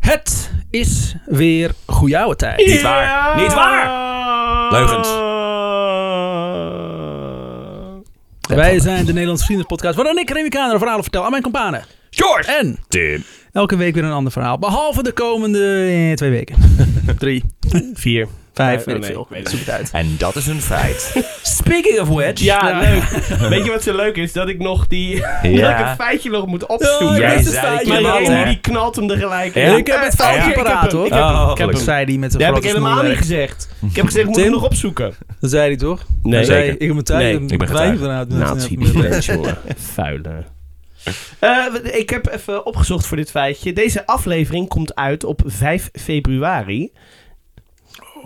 Het is weer goeie oude tijd. Niet waar. Niet waar. Leugens. Wij zijn de Nederlandse Vriendenpodcast. Waarin ik Remy Kaner een verhaal vertel aan mijn kompanen. George! En Tim. elke week weer een ander verhaal. Behalve de komende eh, twee weken. Drie, vier, vijf, Vijf, weet ik nee, veel. weet ik Zoek het uit. En dat is een feit. Speaking of which. Ja, leuk. Weet je wat zo leuk is? Dat ik nog die... Dat ik het feitje nog moet opzoeken. Ja, Jij Beste zei het feitje, maar je man, wel, Remy hè? die knalt hem er gelijk Ja? in. Ik heb het Eh, feitje ik heb paraat, hem, hoor. Ik heb hem, Oh, ik heb Dat gelukkig. hem. zei die met zijn Dat heb ik grote helemaal niet smoelwerk. gezegd. Ik heb gezegd, moet ik Tim? hem nog opzoeken? Dat zei hij toch? Nee, Hij zei, zeker. Ik ben Nee, tuin. ik ben getuige. vanuit. Nazi, die mens, jongen. Vuile. Eh, ik heb even opgezocht voor dit feitje. Deze aflevering komt uit op 5 februari.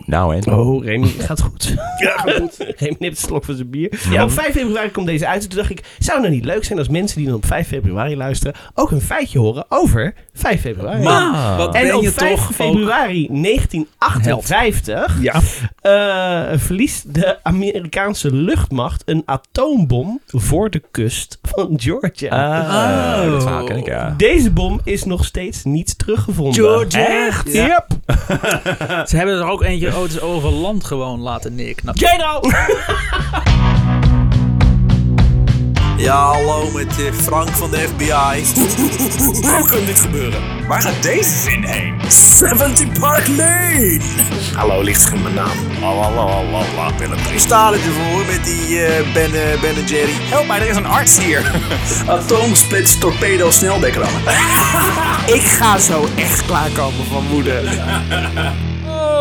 Nou, en. Oh, Remy gaat goed. Ja, gaat goed. Remy neemt een slok van zijn bier. Ja. Op 5 februari komt deze uit. Toen dacht ik, zou het nou niet leuk zijn als mensen die dan op 5 februari luisteren... ook een feitje horen over 5 februari. Man, Ah. wat en ben op je 5 toch ook... februari 1958 Ja. eh, verliest de Amerikaanse luchtmacht een atoombom voor de kust van Georgia. Ah, Oh. dat verhaal ken ik, ja. Deze bom is nog steeds niet teruggevonden. Georgia. Echt? Ja. Yep. Ze hebben er ook eentje oh, auto's over land gewoon laten neerknappen. Jeno! Ja, hallo met eh, Frank van de FBI. Hoe kan dit gebeuren? Waar gaat deze zin heen? 70 Park Lane! Hallo, ligt in mijn naam. Lalalala, Willem. Ik sta er voor met die eh, ben, eh, ben en Jerry. Help mij, er is een arts hier. Atoomsplits torpedo sneldekker Ik ga zo echt klaarkomen van moeder.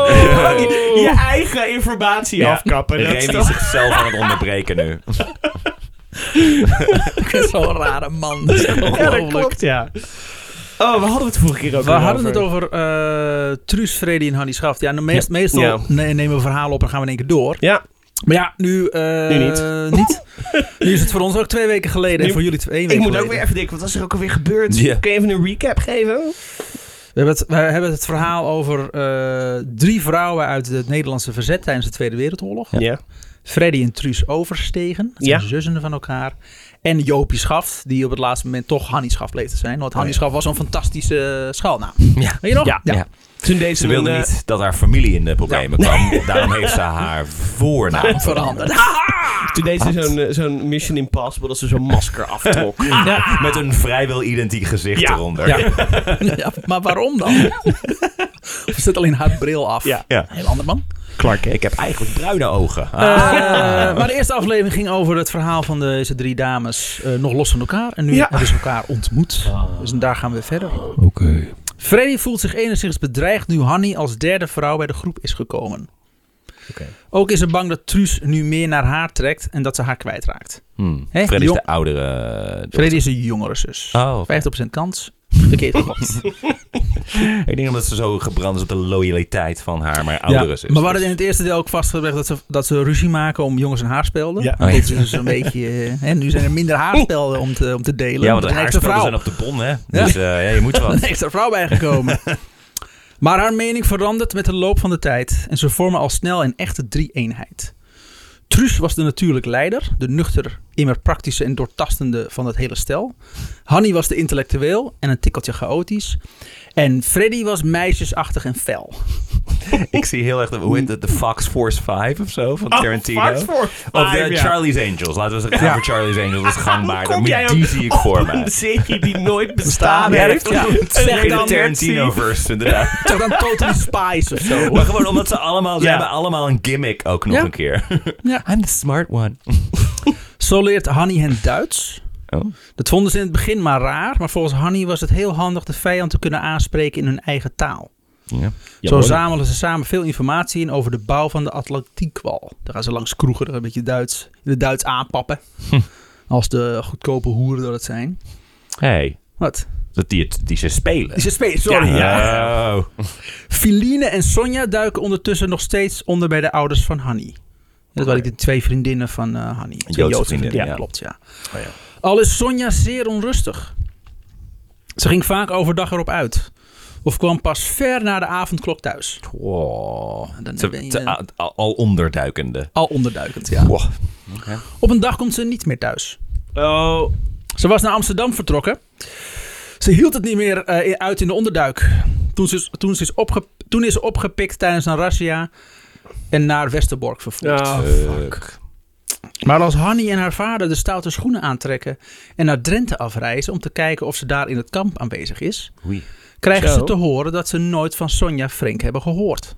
Je, je eigen informatie Ja, afkappen. Dat is Remy toch- is zichzelf aan het onderbreken nu. Zo'n rare man. Dat is Ja, dat ongelooflijk. klopt, ja. Oh, we hadden het vorige keer ook We weer hadden het over eh Truus, Freddy en Hanny Schaft. Ja, nou, meest, meestal Ja. ne- nemen we verhalen op en gaan we in één keer door. Ja, Maar ja, nu, eh, Nu niet. niet. Nu is het voor ons ook twee weken geleden en Nu- voor jullie twee weken ik moet geleden. ook weer even denken, wat was er ook alweer gebeurd? Ja. Kun je even een recap geven? We hebben het, we hebben het verhaal over eh, drie vrouwen uit het Nederlandse verzet tijdens de Tweede Wereldoorlog. Ja. Freddy en Truus Overstegen, Ja. ja. zussen van elkaar. En Jopie Schaft, die op het laatste moment toch Hannie Schaft bleek te zijn. Want Hannie Schaft was zo'n fantastische schaalnaam. Ja. Weet je nog? Ja. Toen deze Ze wilde een, eh, niet dat haar familie in de problemen kwam. Daarom heeft ze haar voornaam Veranderd. Toen deed ze zo'n eh, zo'n Mission Impossible dat ze zo'n masker aftrok. Ja. Met een vrijwel identiek gezicht Ja. eronder. Ja. Ah, Ja, maar waarom dan? Of zit alleen haar bril af? Ja. Ja. Een heel ander man. Clark, ik heb eigenlijk bruine ogen. Ah. Eh, maar de eerste aflevering ging over het verhaal van deze drie dames. eh, nog los van elkaar. En nu Ja. hebben ze elkaar ontmoet. Dus daar gaan we verder. Oké. Freddy voelt zich enigszins bedreigd nu Hanny als derde vrouw bij de groep is gekomen. Oké. Ook is ze bang dat Truus nu meer naar haar trekt en dat ze haar kwijtraakt. Hmm. Hè, Freddy is jong- de oudere. Freddy is een jongere zus. Oh, oké. 50% kans. Verkeerd gekocht. Ik denk omdat ze zo gebrand is op de loyaliteit van haar, maar oudere Ja, zus. Maar we hadden in het eerste deel ook vastgelegd dat ze, dat ze ruzie maken om jongens en haarspelden. Ja. Want Oh ja. Dit is dus een beetje. eh, Hè, nu zijn er minder haarspelden om te, om te delen. Ja, want want er de is een extra haarspullen vrouw. zijn op de bon, hè? Dus eh, ja, je moet een wat. extra vrouw bijgekomen. maar haar mening verandert met de loop van de tijd. En ze vormen al snel een echte drie-eenheid. Truus was de natuurlijk leider, de nuchter, immer praktische en doortastende van het hele stel. Hanny was de intellectueel en een tikkeltje chaotisch. En Freddy was meisjesachtig en fel. Ik zie heel erg, de- hoe heet het, de Fox Force 5 of zo van Tarantino? Oh, Fox Force Of eh, de Five, ja. Charlie's Angels. Laten we zeggen, Ja. voor Charlie's Angels is gangbaarder. Kom Maar jij die ook Ah, zie ik voor op mij. Een serie die nooit bestaan Ja, heeft. ja. Een Zeg In de redactie. Tarantino-verse, inderdaad. Toch dan Totally Spies of zo. Maar gewoon omdat ze allemaal, ze Ja. hebben allemaal een gimmick ook nog Ja. een keer. Ja. I'm the smart one. Zo leert Hanny hen Duits. Oh. Dat vonden ze in het begin maar raar, maar volgens Hanny was het heel handig de vijand te kunnen aanspreken in hun eigen taal. Ja. Zo zamelen ze samen veel informatie in over de bouw van de Atlantiekwal. Daar gaan ze langs kroegen, een beetje Duits, in het Duits aanpappen. Als de goedkope hoeren dat het zijn. Hey, Wat? dat die, het- die ze spelen. Is het space? Sorry. Oh. Filine en Sonja duiken ondertussen nog steeds onder bij de ouders van Hanny. Dat waren de twee vriendinnen van eh Hanny. Twee Joodse vriendinnen, ja. klopt, ja. Al is Sonja zeer onrustig. Ze ging vaak overdag erop uit. Of kwam pas ver na de avondklok thuis. Wow. Dan Oh. Ze- ben je- ze- a- al, al onderduikende. Al onderduikend, ja. Wow. Op een dag komt ze niet meer thuis. Oh, Ze was naar Amsterdam vertrokken. Ze hield het niet meer eh, uit in de onderduik. Toen, ze, is- toen, ze is opge, toen is ze opgepikt tijdens een razzia en naar Westerbork vervoerd. Ja. Fuck. Maar als Hanny en haar vader de stoute schoenen aantrekken en naar Drenthe afreizen om te kijken of ze daar in het kamp aanwezig is, Oei. krijgen Zo. ze te horen dat ze nooit van Sonja Frenk hebben gehoord.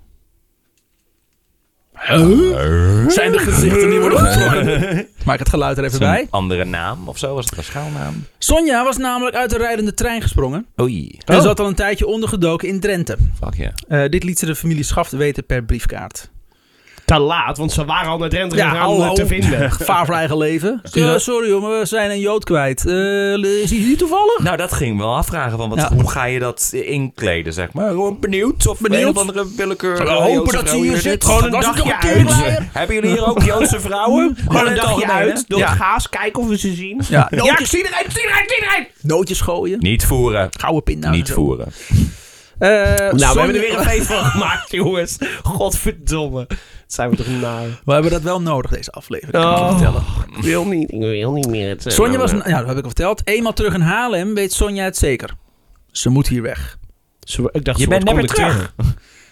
Zijn de gezichten die worden getrokken? Maak het geluid er even bij. Een andere naam of zo? Was het een schaalnaam? Sonja was namelijk uit de rijdende trein gesprongen Oei. en Oh. zat al een tijdje ondergedoken in Drenthe. Fuck ja. Eh, dit liet ze de familie Schaft weten per briefkaart. Te laat, want ze waren al naar Drenthe Ja, gegaan om hallo. het te vinden. Gevaar voor eigen leven. Ja. Eh, sorry jongen, we zijn een Jood kwijt. Eh, is hij hier toevallig? Nou, dat ging me wel afvragen. Van wat, Ja. Hoe ga je dat inkleden, zeg maar? Gewoon benieuwd of Benieuwd. een of andere willekeur. We eh, hopen Joodse dat ze vrouw hier zit. zit. Gewoon een Dat is dagje toch uit. keerleier? Hebben jullie hier ook Joodse vrouwen? Gewoon een In het dagje algemeen, uit, hè? door Ja. het gaas, kijken of we ze zien. Ja, Ja, ik nootjes, zie eruit, ik zie eruit, ik zie eruit! nootjes gooien. Niet voeren. Gouden pinda's. Niet voeren. Eh, Nou, we hebben er weer een feest van gemaakt, jongens. Godverdomme. Zijn we toch naar? we hebben dat wel nodig, deze aflevering. kan ik je Oh, vertellen. ik wil niet, ik wil niet meer. Het, eh, Sonja was, nou, ja, dat heb ik al verteld. Eenmaal terug in Haarlem weet Sonja het zeker. Ze moet hier weg. zo- Ik dacht, Je zo bent wordt net weer conducteur.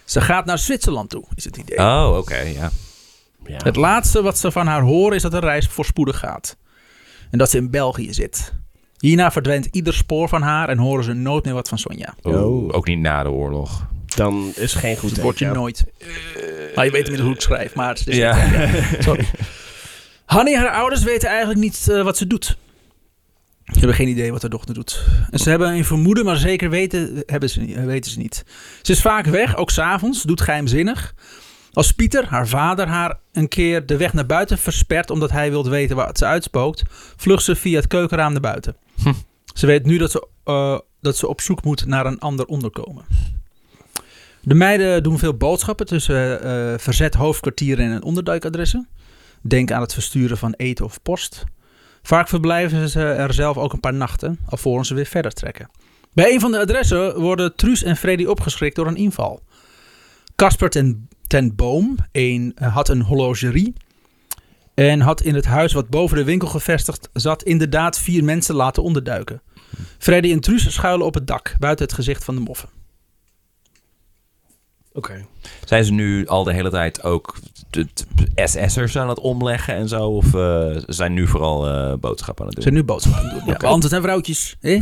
Ze gaat naar Zwitserland toe, is het idee. Oh, oké, ja. Ja. Het laatste wat ze van haar horen is dat de reis voorspoedig gaat. En dat ze in België zit. Hierna verdwijnt ieder spoor van haar en horen ze nooit meer wat van Sonja. Oh, Ook niet na de oorlog. Dan is geen goed Het wordt je teken. nooit. Nou, je weet inmiddels hoe ik het schrijf, maar het is Sorry. Hanny en haar ouders weten eigenlijk niet eh, wat ze doet. Ze hebben geen idee wat haar dochter doet. En ze hebben een vermoeden, maar zeker weten, hebben ze, niet- eh, weten ze niet. Ze is vaak weg, ook s'avonds, doet geheimzinnig. Als Pieter, haar vader, haar een keer de weg naar buiten verspert omdat hij wil weten wat ze uitspookt, vlucht ze via het keukenraam naar buiten. Hm. Ze weet nu dat ze, eh, dat ze op zoek moet naar een ander onderkomen. De meiden doen veel boodschappen tussen eh, verzet hoofdkwartieren en onderduikadressen. Denk aan het versturen van eten of post. Vaak verblijven ze er zelf ook een paar nachten, alvorens ze weer verder trekken. Bij een van de adressen worden Truus en Freddy opgeschrikt door een inval. Casper ten, ten Boom een, eh, had een horlogerie. En had in het huis wat boven de winkel gevestigd zat inderdaad vier mensen laten onderduiken. Freddy en Truus schuilen op het dak, buiten het gezicht van de moffen. Oké. Zijn ze nu al de hele tijd ook t- t- SS'ers aan het omleggen en zo? Of eh, ze zijn nu vooral eh, boodschappen aan Ze het doen? zijn nu boodschappen aan het doen. Ja, want het zijn vrouwtjes. Hè?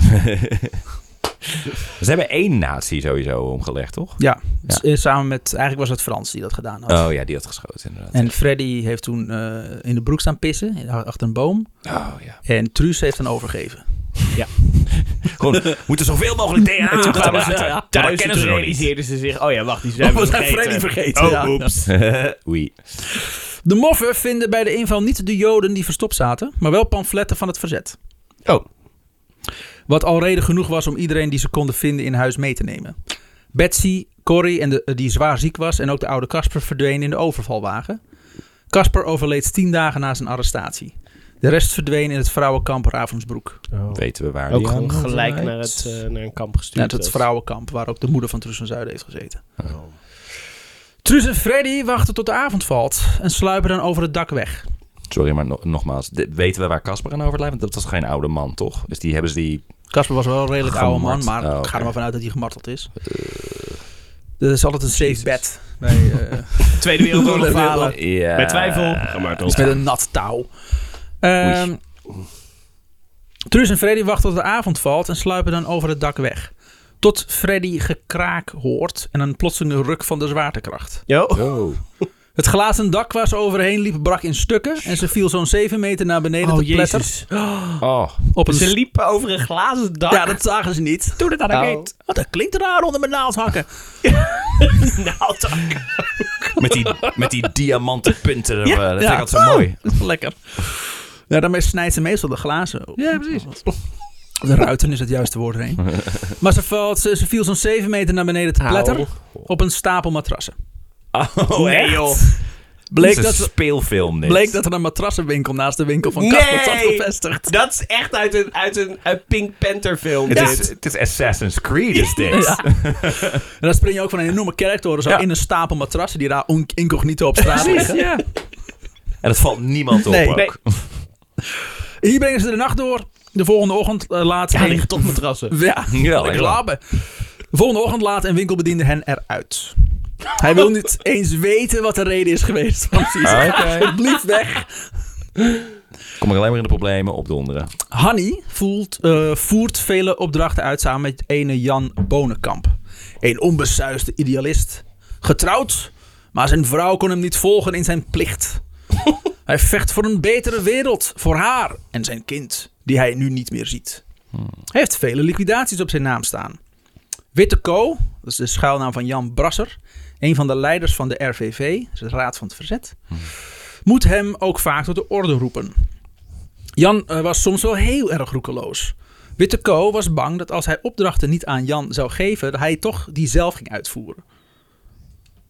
Ze hebben één natie sowieso omgelegd, toch? Ja, Ja. s- eh, samen met, eigenlijk was het Frans die dat gedaan had. Oh ja, die had geschoten inderdaad. En Freddy heeft toen eh, in de broek staan pissen, in- achter een boom. Oh ja. En Truus heeft dan overgeven. Gewoon, we moeten zoveel mogelijk DNA uit Toen het kwamen ze water. Maar dat thuis en kennen toen ze nog niet. realiseerden ze zich... Oh ja, wacht, die zijn Oh, we we zijn Freddy vergeten. vergeten, Oh, ja. oeps. Oei. De moffen vinden bij de inval niet de Joden die verstopt zaten, maar wel pamfletten van het verzet. Oh. Wat al reden genoeg was om iedereen die ze konden vinden in huis mee te nemen. Betsy, Corrie, en de, eh, die zwaar ziek was, en ook de oude Casper verdwenen in de overvalwagen. Casper overleed tien dagen na zijn arrestatie. De rest verdween in het vrouwenkamp Ravensbroek. Weten we waar Ook die gewoon aan gelijk rijdt? naar, het, eh, naar een kamp Ja, gestuurd. het dus. werd. Nou, vrouwenkamp waar ook de moeder van Truus van Zuiden heeft gezeten. Truus en Freddy wachten tot de avond valt en sluipen dan over het dak weg. Sorry, maar no- nogmaals. dit- weten we waar Casper aan overlijdt? Want dat was geen oude man, toch? Dus die hebben ze die... Casper was wel een redelijk oude man, Gemart. maar Oh, ik ga oké. er maar vanuit dat hij gemarteld is. Er is altijd een safe bed bij, eh Tweede Wereldoorlog falen. Ja. Bij twijfel. Ga maar iets met een nat touw. Ehm, Truus en Freddy wachten tot de avond valt en sluipen dan over het dak weg. Tot Freddy gekraak hoort en een plotselinge ruk van de zwaartekracht. Yo. Oh. Het glazen dak waar ze overheen liep brak in stukken en ze viel zo'n 7 meter naar beneden te pletter Oh. op een Ze liepen over een glazen dak. Ja, dat zagen ze niet. Nou. Doe dat aan Oh. Wat dat klinkt raar onder mijn naald hakken. Nou, dat- Met die, met die diamanten punten. er, eh, dat vind ik altijd zo Oh, mooi. dat is wel lekker. Ja, daarmee snijdt ze meestal de glazen. Ja, precies. De ruiten is het juiste woord heen. maar ze, valt, ze, ze viel zo'n 7 meter naar beneden te pletter op een stapel matrassen. Oh, echt? Bleek Dit is dat, een ze- speelfilm dit. bleek dat er een matrassenwinkel naast de winkel van Kasper zat Nee! gevestigd. Dat is echt uit een, uit een, uit Pink Panther film. Het, dit. is, het is Assassin's Creed, is dit. En dan spring je ook van een enorme kerktoren zo Ja. in een stapel matrassen die daar on- incognito op straat liggen. En dat valt niemand op Nee. ook. Nee. Hier brengen ze de nacht door. De volgende ochtend eh, laat Ja, een- liggen tot matrassen. Ja, Ja, lekker ja. slapen. De volgende ochtend laat een winkelbediende hen eruit. Hij wil niet eens weten wat de reden is geweest. van ze Ah, Ga oké. alsjeblieft weg. Kom ik alleen maar in de problemen opdonderen. Hanni voelt, eh, voert vele opdrachten uit samen met ene Jan Bonenkamp. Een onbesuisde idealist. Getrouwd, maar zijn vrouw kon hem niet volgen in zijn plicht. hij vecht voor een betere wereld, voor haar en zijn kind, die hij nu niet meer ziet. Hij heeft vele liquidaties op zijn naam staan. Witte Co, dat is de schuilnaam van Jan Brasser, een van de leiders van de RVV, dus de Raad van het Verzet, moet hem ook vaak tot de orde roepen. Jan eh, was soms wel heel erg roekeloos. Witte Co was bang dat als hij opdrachten niet aan Jan zou geven, dat hij toch die zelf ging uitvoeren.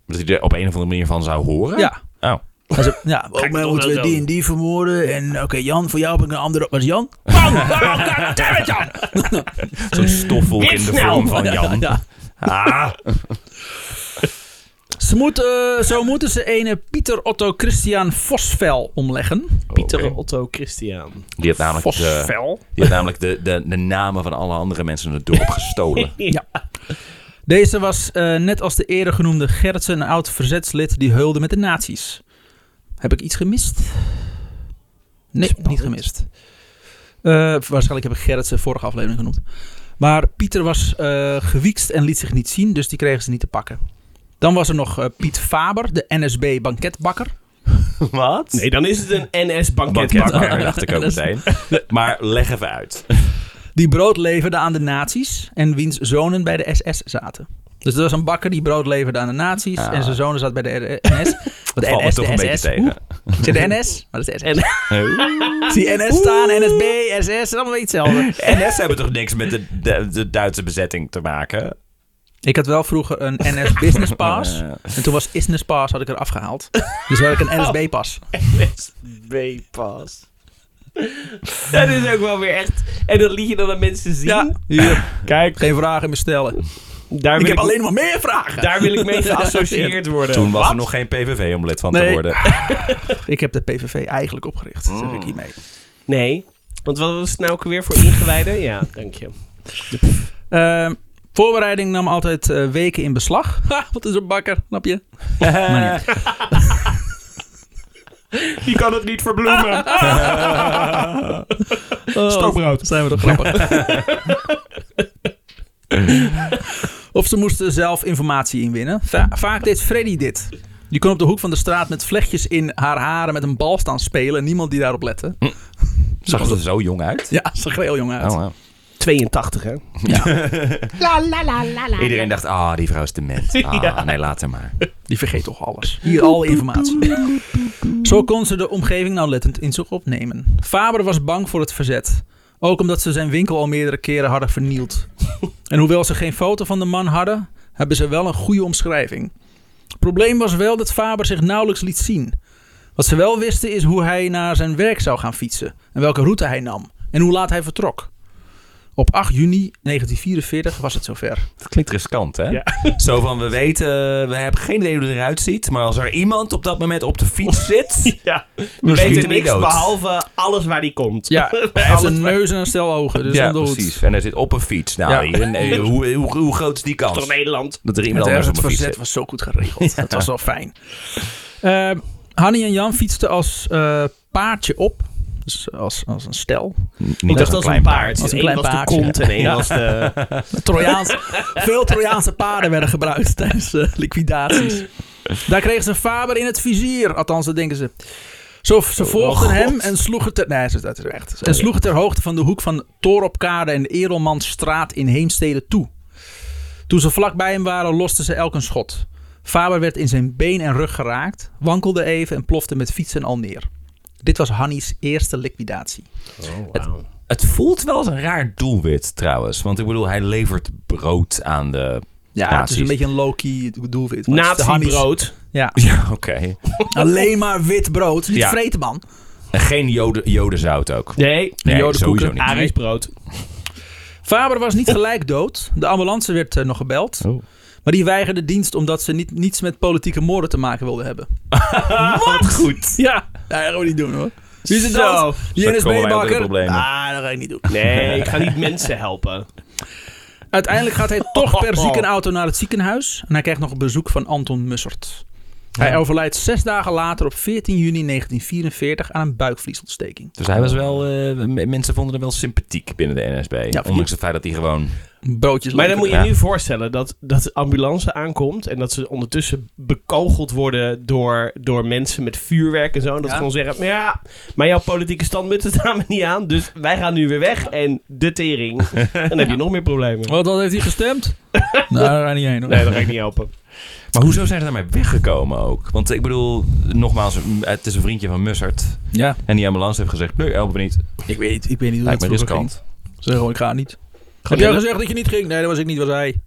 Dus Dat hij er op een of andere manier van zou horen? Ja. Oh. Hij zei, ja, ook mij toch moeten we wel die en die vermoorden. En oké, Jan, voor jou heb ik een andere. Was Jan? Bang! Bang! Goddammit, Jan! Zo'n stoffel in de vorm van Jan. Ja. Ah. Ze moet, eh, zo moeten ze ene Pieter Otto Christian Vosvel omleggen. Pieter Oké. Otto Christian. Die had namelijk, de, Vosvel? die had namelijk de, de, de namen van alle andere mensen in het dorp gestolen. Ja. Deze was eh, net als de eerder genoemde Gertsen, een oud verzetslid die heulde met de nazi's. Heb ik iets gemist? Nee, niet gemist. Eh, waarschijnlijk heb ik Gertsen vorige aflevering genoemd. Maar Pieter was eh gewiekst en liet zich niet zien, dus die kregen ze niet te pakken. Dan was er nog eh, Piet Faber, de NSB banketbakker. Wat? Nee, dan is het een Banket, NS-banketbakker. ah, dacht ik ook meteen. Maar leg even uit. Die brood leverde aan de nazi's en wiens zonen bij de SS zaten. Dus dat was een bakker die brood leverde aan de nazi's Ah. en zijn zonen zaten bij de NS. Want de Valt me NS, toch de een beetje SS, tegen. oeh, zit de NS? Maar dat is de SS. Hey. Zie NS staan, NSB, SS, dat is allemaal weer hetzelfde. NS hebben toch niks met de, de, de Duitse bezetting te maken? Ik had wel vroeger een NS Business Pass. Eh, En toen was Business Pass had ik eraf gehaald. Dus had ik een NSB pas. NSB-pas. Dat is ook wel weer echt... En dat liet je dan aan mensen zien? Ja, hier, Kijk, geen vragen meer stellen. daar Ik wil heb ik, alleen maar meer vragen. daar wil ik mee geassocieerd worden. toen was Wat? er nog geen PVV-omelet van te Nee. worden. Ik heb de PVV eigenlijk opgericht, zeg ik hiermee. Nee, want wat was het nou ook weer voor ingewijden? Ja, dank je. Ehm, voorbereiding nam altijd eh, weken in beslag. Ha, wat is een bakker, snap je? Maar niet. Die kan het niet verbloemen. Stokbrood. Eh, Zijn we toch grappig? of ze moesten zelf informatie inwinnen. Va- vaak deed Freddy dit. Die kon op de hoek van de straat met vlechtjes in haar haren met een bal staan spelen. en Niemand die daarop lette. Zag het er zo jong uit? Ja, ze greel jong uit. Oh, wow. 82, hè? Iedereen dacht, ah, die vrouw is dement. Ah, nee, laat haar maar. Die vergeet toch alles. Hier alle informatie. Zo kon ze de omgeving nauwlettend in zich opnemen. Faber was bang voor het verzet. Ook omdat ze zijn winkel al meerdere keren hadden vernield. En hoewel ze geen foto van de man hadden, hebben ze wel een goede omschrijving. Het probleem was wel dat Faber zich nauwelijks liet zien. Wat ze wel wisten is hoe hij naar zijn werk zou gaan fietsen. En welke route hij nam. En hoe laat hij vertrok. Op 8 juni 1944 was het zover. Dat klinkt riskant, hè? Ja. Zo van, we weten, we hebben geen idee hoe het eruit ziet. Maar als er iemand op dat moment op de fiets zit... Ja. We Misschien weten niks dood. behalve alles waar die komt. Ja, hij heeft een neus en een stel ogen. Dus ja, dan doet- precies. En hij zit op een fiets. Nou, Ja. hier- nee, hoe, hoe, hoe groot is die Door kans? Nederland. Dat er iemand Het anders ergste op een fiets verzet zit. was zo goed geregeld. Dat was wel fijn. Ehm Hanni en Jan fietsten als eh, paardje op. Dus als, als een stel. dat Niet als was een klein paard. Als een Eén klein was de paardje. kont en één Ja. was de... Trojaans, veel Trojaanse paarden werden gebruikt tijdens eh, liquidaties. Daar kregen ze Faber in het vizier. Althans, dat denken ze. Zo, ze volgden Oh, God. hem en sloegen ter... Nee, dat is echt. En sloegen ter hoogte van de hoek van Toropkade en de Erelmanstraat in Heemstede toe. Toen ze vlakbij hem waren, losten ze elk een schot. Faber werd in zijn been en rug geraakt, wankelde even en plofte met fietsen al neer. Dit was Hannies eerste liquidatie. Het voelt wel als een raar doelwit trouwens. Want ik bedoel, hij levert brood aan de. Ja, het is nazi's. een beetje een low-key doelwit. want het is de Hannies- Nazi-brood. Ja. Ja, oké. Alleen maar wit brood. Niet Ja. vreten, man. En geen joden, jodenzout ook. Nee. Nee, jodenkoeken. sowieso niet. Arisch brood. Faber was niet gelijk dood. De ambulance werd eh, nog gebeld. Oh. Maar die weigerde dienst omdat ze niet, niets met politieke moorden te maken wilden hebben. Wat goed. Ja, dat gaan we niet doen hoor. Wie is het Zo. dan? Die Zo komen wij op de NSB-bakker? problemen. Ah, dat ga ik niet doen. Nee, ik ga niet mensen helpen. Uiteindelijk gaat hij toch per ziekenauto naar het ziekenhuis. En hij krijgt nog een bezoek van Anton Mussert. Hij overlijdt zes dagen later op 14 juni 1944 aan een buikvliesontsteking. Dus hij was wel, eh, m- mensen vonden hem wel sympathiek binnen de NSB. Ja, ondanks het feit dat hij gewoon... Broodjes Maar dan moet je Ja. nu voorstellen dat, dat de ambulance aankomt en dat ze ondertussen bekogeld worden door, door mensen met vuurwerk en zo. En dat ze Ja. gewoon zeggen, "Maar ja, maar jouw politieke standpunt het daar niet aan, dus wij gaan nu weer weg. En de tering, dan heb je nog meer problemen. Wat, wat heeft hij gestemd? nou, daar ga ik niet heen hoor. Nee, dat ga ik niet helpen. Maar hoezo zijn ze daarmee weggekomen ook? Want ik bedoel, nogmaals, m- het is een vriendje van Mussert. Ja, En die ambulance heeft gezegd, nee, helpen we niet. ik weet, ik weet niet hoe Lijkt dat me vroeger ging. riskant. Zeg gewoon, ik ga niet. Heb jij gezegd dat je niet ging? Nee, dat was ik niet, was hij.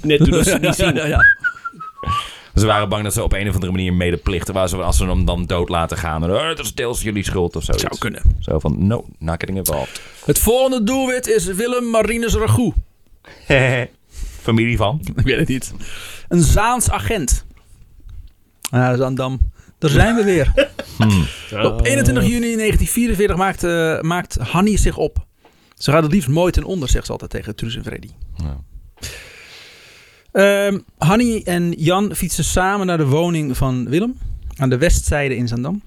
Net doen ze het niet zien. ja, ja. Ze Dus waren bang dat ze op een of andere manier medeplichten waren. Ze- Als ze hem dan dood laten gaan. Dan, "Eh, dat is deels jullie schuld of zo. Zou kunnen. Zo van, no, not getting involved. Het volgende doelwit is Willem Marinus Ragout. Familie van. Ik weet het niet. Een Zaans agent. Ah, Zaandam. Daar zijn we weer. Hmm. Op 21 juni 1944 maakt, eh, maakt Hanny zich op. Ze gaat het liefst mooi ten onder, zegt ze altijd tegen Truus en Freddy. Ja. Ehm, Hanny en Jan fietsen samen naar de woning van Willem. Aan de westzijde in Zaandam.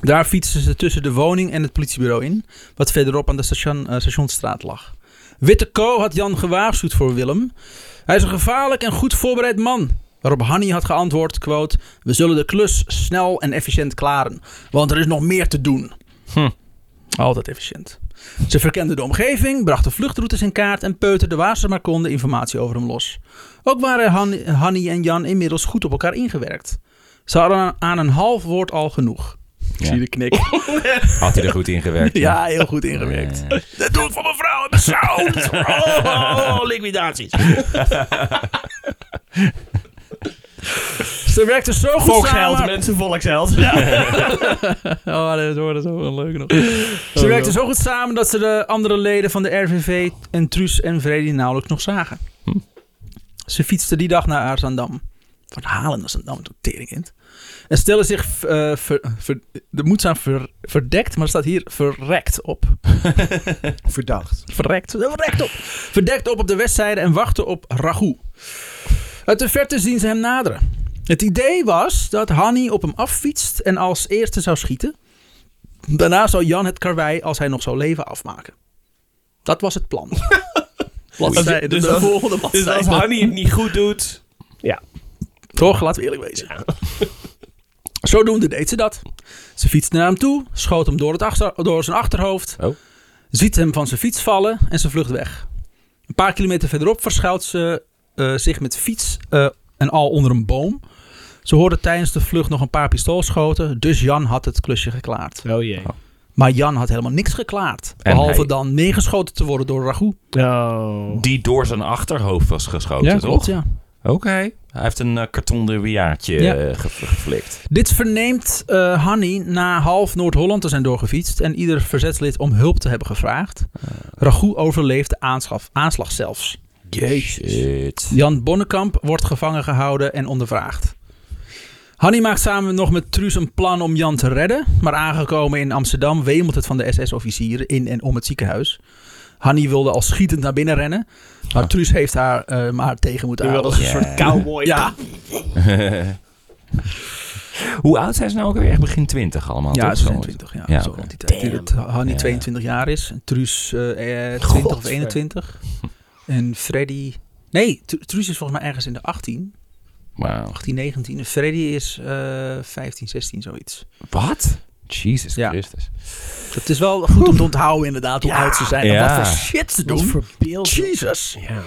Daar fietsen ze tussen de woning en het politiebureau in. Wat verderop aan de station, eh, stationsstraat lag. Witte Co had Jan gewaarschuwd voor Willem. Hij is een gevaarlijk en goed voorbereid man. Waarop Hanny had geantwoord, quote... We zullen de klus snel en efficiënt klaren. Want er is nog meer te doen. Hm. Altijd efficiënt. Ze verkenden de omgeving, brachten vluchtroutes in kaart... en peuterde waar ze maar konden informatie over hem los. Ook waren Han- Hanny en Jan inmiddels goed op elkaar ingewerkt. Ze hadden aan een half woord al genoeg. Ik Ja. zie de knik. Had hij er goed in gewerkt. Ja, heel goed ingewerkt. Eh, Dat doe ik voor mijn vrouw en mijn zoon. Oh, oh, oh, liquidaties. Ze werkte zo goed Volksheld, samen. mensen, volksheld. Ja. Oh, dat wordt zo wel leuk nog. Ze werkte zo goed samen dat ze de andere leden van de RVV en Truus en Vredi nauwelijks nog zagen. Ze fietste die dag naar Aarzaandam. Van Halen naar Zaandam, tot teringend. En stelde zich, eh, ver- ver- de moed staan ver- verdekt, maar er staat hier verrekt op. Verdacht. Verrekt. Verrekt op. Verdekt op op de westzijde en wachten op Ragout. Uit de verte zien ze hem naderen. Het idee was dat Hanni op hem affietst en als eerste zou schieten. Daarna zou Jan het karwei, als hij nog zou leven, afmaken. Dat was het plan. Bladzijde, Dus de als- volgende Dus als bladzijde. Hanny het niet goed doet... Toch, laten we eerlijk wezen. Zodoende deed ze dat. Ze fietste naar hem toe, schoot hem door, het achter, door zijn achterhoofd. Oh. Ziet hem van zijn fiets vallen en ze vlucht weg. Een paar kilometer verderop verschuilt ze eh, zich met fiets eh, en al onder een boom. Ze hoorde tijdens de vlucht nog een paar pistoolschoten, dus Jan had het klusje geklaard. Oh jee. Maar Jan had helemaal niks geklaard. En behalve hij- dan neergeschoten te worden door Ragout. Oh. Die door zijn achterhoofd was geschoten, toch? klopt, ja. Oké. Hij heeft een eh, kartonnen wiaartje Ja. eh, ge- geflikt. Dit verneemt eh Hanni na half Noord-Holland te zijn doorgefietst en ieder verzetslid om hulp te hebben gevraagd. Ragout overleeft de aanschaf, aanslag zelfs. Shit. Jan Bonnekamp wordt gevangen gehouden en ondervraagd. Hanni maakt samen nog met Truus een plan om Jan te redden, maar aangekomen in Amsterdam wemelt het van de SS-officieren in en om het ziekenhuis. Hanni wilde al schietend naar binnen rennen, maar Truus heeft haar eh, maar tegen moeten Nu wel houden. als een Ja. soort cowboy. Ja, Hoe oud zijn ze nou ook weer? Echt begin 20 allemaal. Ja, toch? ze zijn Zo- 20 jaar. Ja, zo oké. rond die tijd. Ik denk dat Hanni Ja. 22 jaar is. en Truus eh, eh, 20 of Godver. 21. En Freddy... Nee, Tru- Truus is volgens mij ergens in de 18. Wauw. 18, 19. En Freddy is eh 15, 16, zoiets. Wat? Jesus Ja. Christus. Dus het is wel goed om te onthouden inderdaad hoe oud ze zijn. En Ja. wat voor shit ze doen. verbeeld. Jesus. Ja.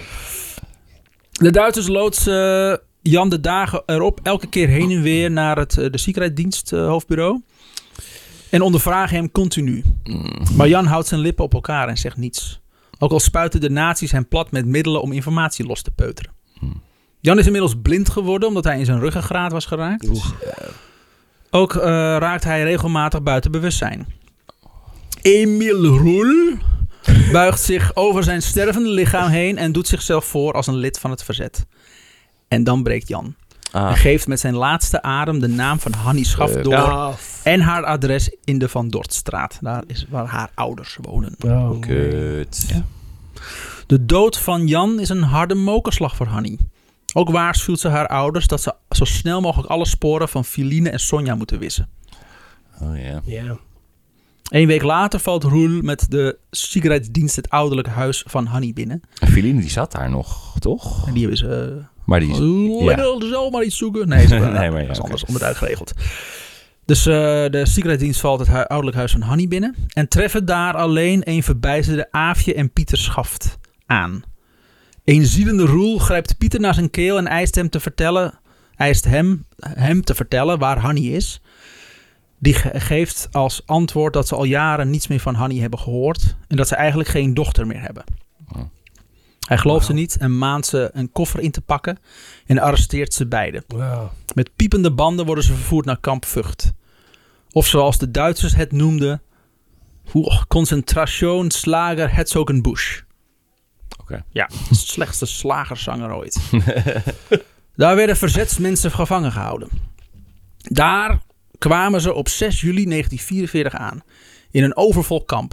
De Duitsers loodsen Jan de dagen erop elke keer heen en weer naar het, eh, de ziekenheidsdienst eh, hoofdbureau. En ondervragen hem continu. Maar Jan houdt zijn lippen op elkaar en zegt niets. Ook al spuiten de nazi's hem plat met middelen om informatie los te peuteren. Jan is inmiddels blind geworden omdat hij in zijn ruggengraat was geraakt. Ook eh, raakt hij regelmatig buiten bewustzijn. Emil Roel buigt zich over zijn stervende lichaam heen en doet zichzelf voor als een lid van het verzet. En dan breekt Jan. Hij Ah, geeft met zijn laatste adem de naam van Hanni Schaf Eh, door Ja. en haar adres in Oh. de Van Dortstraat. Daar is waar haar ouders wonen. Oh, kut. De dood van Jan is een harde mokerslag voor Hanny. Ook waarschuwt ze haar ouders dat ze zo snel mogelijk alle sporen van Filine en Sonja moeten wissen. Oh ja. Ja. Een week later valt Roel met de Sicherheidsdienst het ouderlijk huis van Hanny binnen. Feline die zat daar nog, toch? En die hebben ze Maar die is... Lekker zomaar iets zoeken. Nee, ze hebben- Nee, maar ja, dat is oké. anders onderuit geregeld. Dus eh, de secretdienst valt het hu- ouderlijk huis van Hanny binnen. En treffen daar alleen een verbijsterde Aafje en Pieter Schaft aan. Een ziedende roel grijpt Pieter naar zijn keel en eist hem te vertellen, eist hem, hem te vertellen waar Hanny is. Die ge- geeft als antwoord dat ze al jaren niets meer van Hanny hebben gehoord. En dat ze eigenlijk geen dochter meer hebben. Oh. Hij gelooft ze niet en maant ze een koffer in te pakken en arresteert ze beiden. Met piepende banden worden ze vervoerd naar kamp Vught. Of zoals de Duitsers het noemden, Concentrationslager Herzogenbusch. Oké. Ja, slechtste slagerzanger ooit. Daar werden verzetsmensen gevangen gehouden. Daar kwamen ze op 6 juli 1944 aan, in een overvol kamp.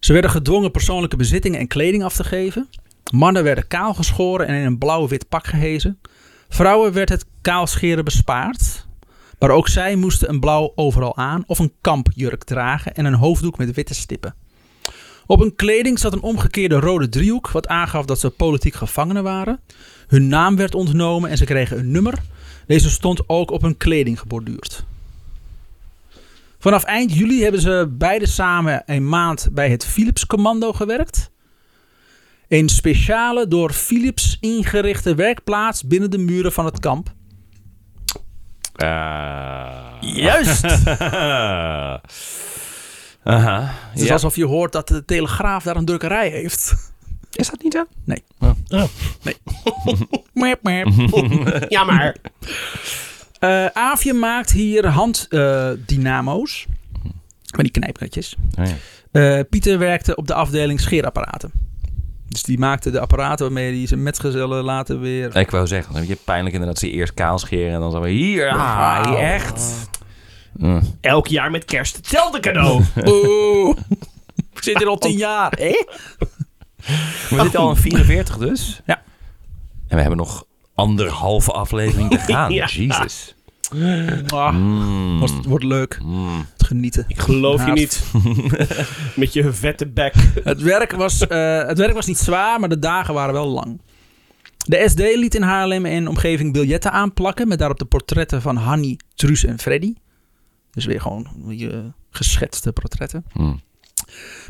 Ze werden gedwongen persoonlijke bezittingen en kleding af te geven. Mannen werden kaal geschoren en in een blauw-wit pak gehezen. Vrouwen werd het kaalscheren bespaard. Maar ook zij moesten een blauw overal aan of een kampjurk dragen en een hoofddoek met witte stippen. Op hun kleding zat een omgekeerde rode driehoek, wat aangaf dat ze politiek gevangenen waren. Hun naam werd ontnomen en ze kregen een nummer. Deze stond ook op hun kleding geborduurd. Vanaf eind juli hebben ze beide samen een maand bij het Philips Commando gewerkt. Een speciale door Philips ingerichte werkplaats binnen de muren van het kamp. Eh. Juist! Aha. Het is Ja. alsof je hoort dat de Telegraaf daar een drukkerij heeft. Is dat niet zo? Ah. Merp, merp. Ja, maar... Eh, Aafje maakt hier handdynamo's. maar die knijpkratjes. Oh, ja. Eh, Pieter werkte op de afdeling scheerapparaten. Dus die maakte de apparaten waarmee hij zijn metgezellen later weer... Ik wou zeggen, dan heb je pijnlijk inderdaad ze eerst kaal scheren en dan zo hier, ah, Wauw. echt? Mm. Elk jaar met kerst hetzelfde cadeau. Oeh, ik zit hier al tien jaar. hè? We zitten al in 44 dus. Ja. En we hebben nog anderhalve aflevering te gaan. Ja. Jezus. Ah, Mm. wordt, wordt leuk. Mm. Genieten. Ik geloof je Haast. niet. Met je vette bek. Het werk, was, eh, het werk was niet zwaar, maar de dagen waren wel lang. De SD liet in Haarlem en omgeving biljetten aanplakken met daarop de portretten van Hanny, Truus en Freddy. Dus weer gewoon je geschetste portretten. Mm.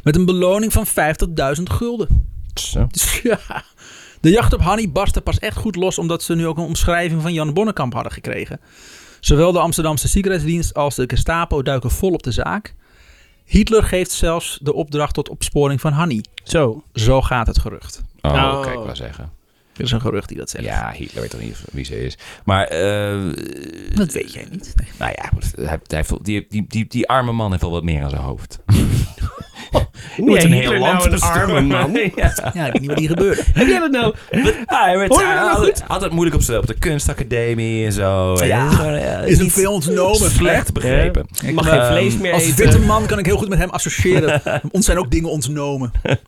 Met een beloning van 50.000 gulden. Zo. Dus ja. De jacht op Hanny barstte pas echt goed los omdat ze nu ook een omschrijving van Jan Bonnekamp hadden gekregen. Zowel de Amsterdamse Secretsdienst als de Gestapo duiken vol op de zaak. Hitler geeft zelfs de opdracht tot opsporing van Hanny. Zo. Zo gaat het gerucht. Oh, Oh. kijk, ik wou zeggen. Er is een gerucht die dat zegt. Ja, Hitler weet toch niet wie ze is. Maar, eh, Dat weet jij niet. nou ja, hij, hij heeft, wel- die, die, die, die arme man heeft wel wat meer aan zijn hoofd. Je moet een heel land nou een arme man. Ja, ik weet niet wat hier gebeurde. Heb jij dat nou? Ah, hij werd Hoor je me nou altijd, altijd moeilijk op, z'n- op de kunstacademie en zo. eh, Ja, Is hem veel ontnomen? Slecht begrepen. Ik mag geen Ehm, vlees meer Als eten. witte man kan ik heel goed met hem associëren. Ons zijn ook dingen ontnomen.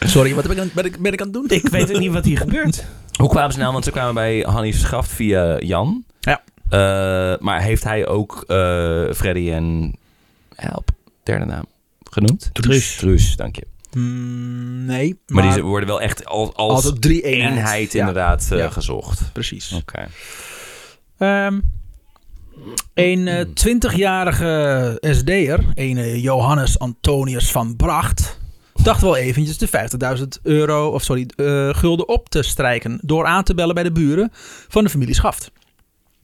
Sorry, wat ben ik aan, ben ik, ben ik aan het doen? Ik weet ook niet wat hier gebeurt. Hoe kwamen ze nou? Want ze kwamen bij Hanni Schaft via Jan. Ja. Eh, maar heeft hij ook eh, Freddy en... Help, derde naam. Genoemd? Truus. Truus, dank je. Mm, nee, Maar, maar, die worden wel echt als, als altijd drie eenheid. eenheid Ja, inderdaad eh, Ja. gezocht. precies. Oké. Ehm, een eh, 20-jarige SD'er, een eh, Johannes Antonius van Bracht, dacht wel eventjes de 50.000 euro, of sorry, eh, gulden op te strijken door aan te bellen bij de buren van de familie Schaft.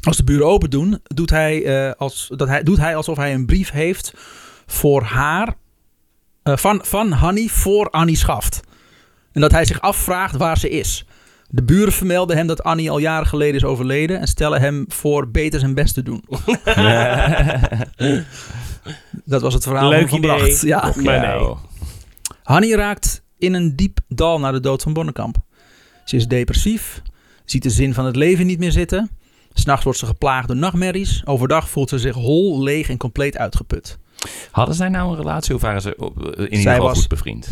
Als de buren open doen, doet hij, eh, als, dat hij, doet hij alsof hij een brief heeft voor haar, eh, van, van Hanny voor Annie Schaft. En dat hij zich afvraagt waar ze is. De buren vermelden hem dat Annie al jaren geleden is overleden en stellen hem voor beter zijn best te doen. Dat was het verhaal Leuk van Van idee. Bracht. Ja. Maar nee. Nou, Hanny raakt in een diep dal na de dood van Bonnekamp. Ze is depressief, ziet de zin van het leven niet meer zitten. S'nachts wordt ze geplaagd door nachtmerries. Overdag voelt ze zich hol, leeg en compleet uitgeput. Hadden zij nou een relatie of waren ze op- in ieder Zij geval was- goed bevriend?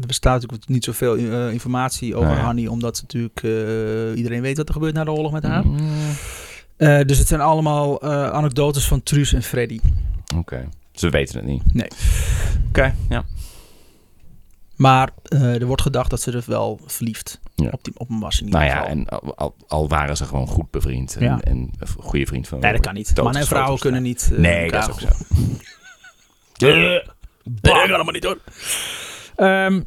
Er bestaat natuurlijk niet zoveel eh, informatie over Nou ja. Hanny, omdat ze natuurlijk eh, iedereen weet wat er gebeurt na de oorlog met haar. Mm. Eh, dus het zijn allemaal eh, anekdotes van Truus en Freddy. Oké. Ze weten het niet. Nee. Oké, ja. Maar eh, er wordt gedacht dat ze er wel verliefd Ja. op, die, op hem was in ieder Nou ja, geval. en al, al- al waren ze gewoon goed bevriend en, Ja. en een goede vriend van nee, dat kan niet. Mannen en doodgeschoten vrouwen of kunnen zo. niet. eh, Nee, dat elkaar is ook zo. Eh, Nee, dat kan allemaal niet hoor. Ehm,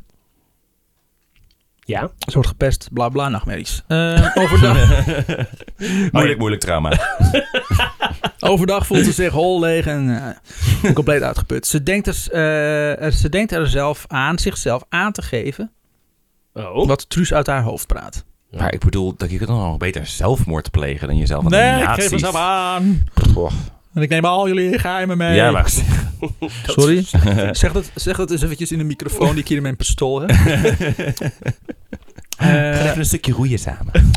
Ja. ze wordt gepest, bla bla, nachtmerries. Ehm, overdag, moeilijk, moeilijk trauma. overdag voelt ze zich hol leeg en eh, compleet uitgeput. Ze denkt, dus, eh, er, ze denkt er zelf aan, zichzelf aan te geven Oh. wat Truus uit haar hoofd praat. Maar ik bedoel, dat je kan dan nog beter zelfmoord plegen dan jezelf aan de nazi's. aan. Goh. En ik neem al jullie geheimen mee. Eh. Ja, maar Sorry? zeg, dat, zeg dat eens eventjes in de microfoon die ik hier in mijn pistool heb. Ga Eh, even een stukje roeien samen.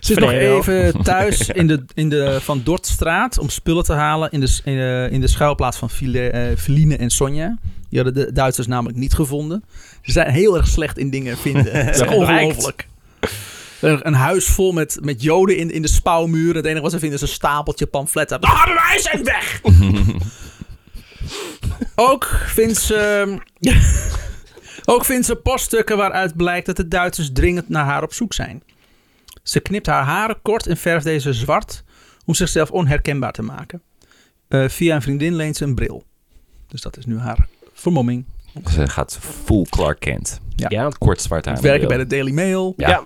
Ze is nog Vreel. even thuis in de, in de Van Dortstraat om spullen te halen in de, s- in de, in de schuilplaats van File- eh, Feline en Sonja. Die hadden de Duitsers namelijk niet gevonden. Ze zijn heel erg slecht in dingen vinden. Het is echt ongelooflijk. Er- Een huis vol met, met joden in, in de spouwmuur. Het enige wat ze vinden is een stapeltje pamfletten. De harde wij zijn weg! ook vindt ze... ook vindt ze poststukken waaruit blijkt dat de Duitsers dringend naar haar op zoek zijn. Ze knipt haar haren kort en verft deze zwart om zichzelf onherkenbaar te maken. Eh, via een vriendin leent ze een bril. Dus dat is nu haar vermomming. Ze gaat full Clark Kent. Ja. Ja. Kort zwart haar. Het werken bij de Daily Mail. Ja. Ja.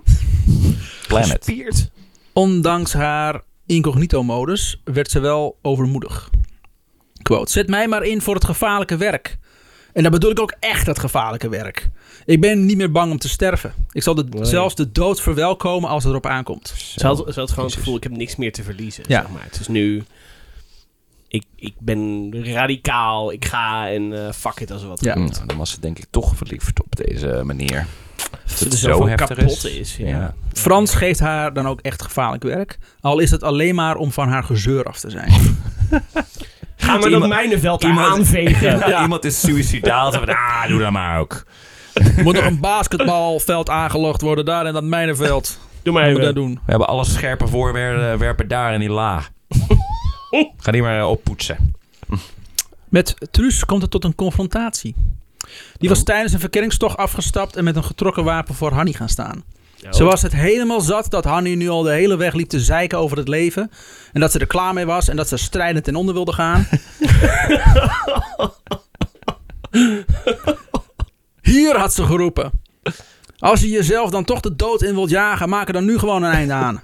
Planet. Gespierd. Ondanks haar incognito-modus werd ze wel overmoedig. Quote, zet mij maar in voor het gevaarlijke werk. En daar bedoel ik ook echt het gevaarlijke werk. Ik ben niet meer bang om te sterven. Ik zal de, Nee. zelfs de dood verwelkomen als het erop aankomt. Ze had, ze had gewoon het gevoel, ik heb niks meer te verliezen. Ja. Zeg maar. Het is nu, ik, ik ben radicaal, ik ga en eh fuck it als er wat Ja. gebeurt. Nou, dan was ze denk ik toch verliefd op deze manier. Als het Dat het zo zo veel heftig kapot is. is. ja. Ja. Frans geeft haar dan ook echt gevaarlijk werk. Al is het alleen maar om van haar gezeur af te zijn. Ga maar dat Iemand- mijnenveld daar iemand- aanvegen. Ja, Iemand is suicidaal. Ze van, ah, doe dat maar ook. Moet nog een basketbalveld aangelegd worden daar in dat mijnenveld. Doe Wat maar moeten we even. daar doen? We hebben alle scherpe voorwerpen eh, daar in die la. Ga die maar eh, oppoetsen. Met Truus komt het tot een confrontatie. Die was tijdens een verkenningstocht afgestapt en met een getrokken wapen voor Hanny gaan staan. Ja, Ze was het helemaal zat dat Hanny nu al de hele weg liep te zeiken over het leven. En dat ze er klaar mee was en dat ze strijdend ten onder wilde gaan. Hier had ze geroepen. Als je jezelf dan toch de dood in wilt jagen, maak er dan nu gewoon een einde aan.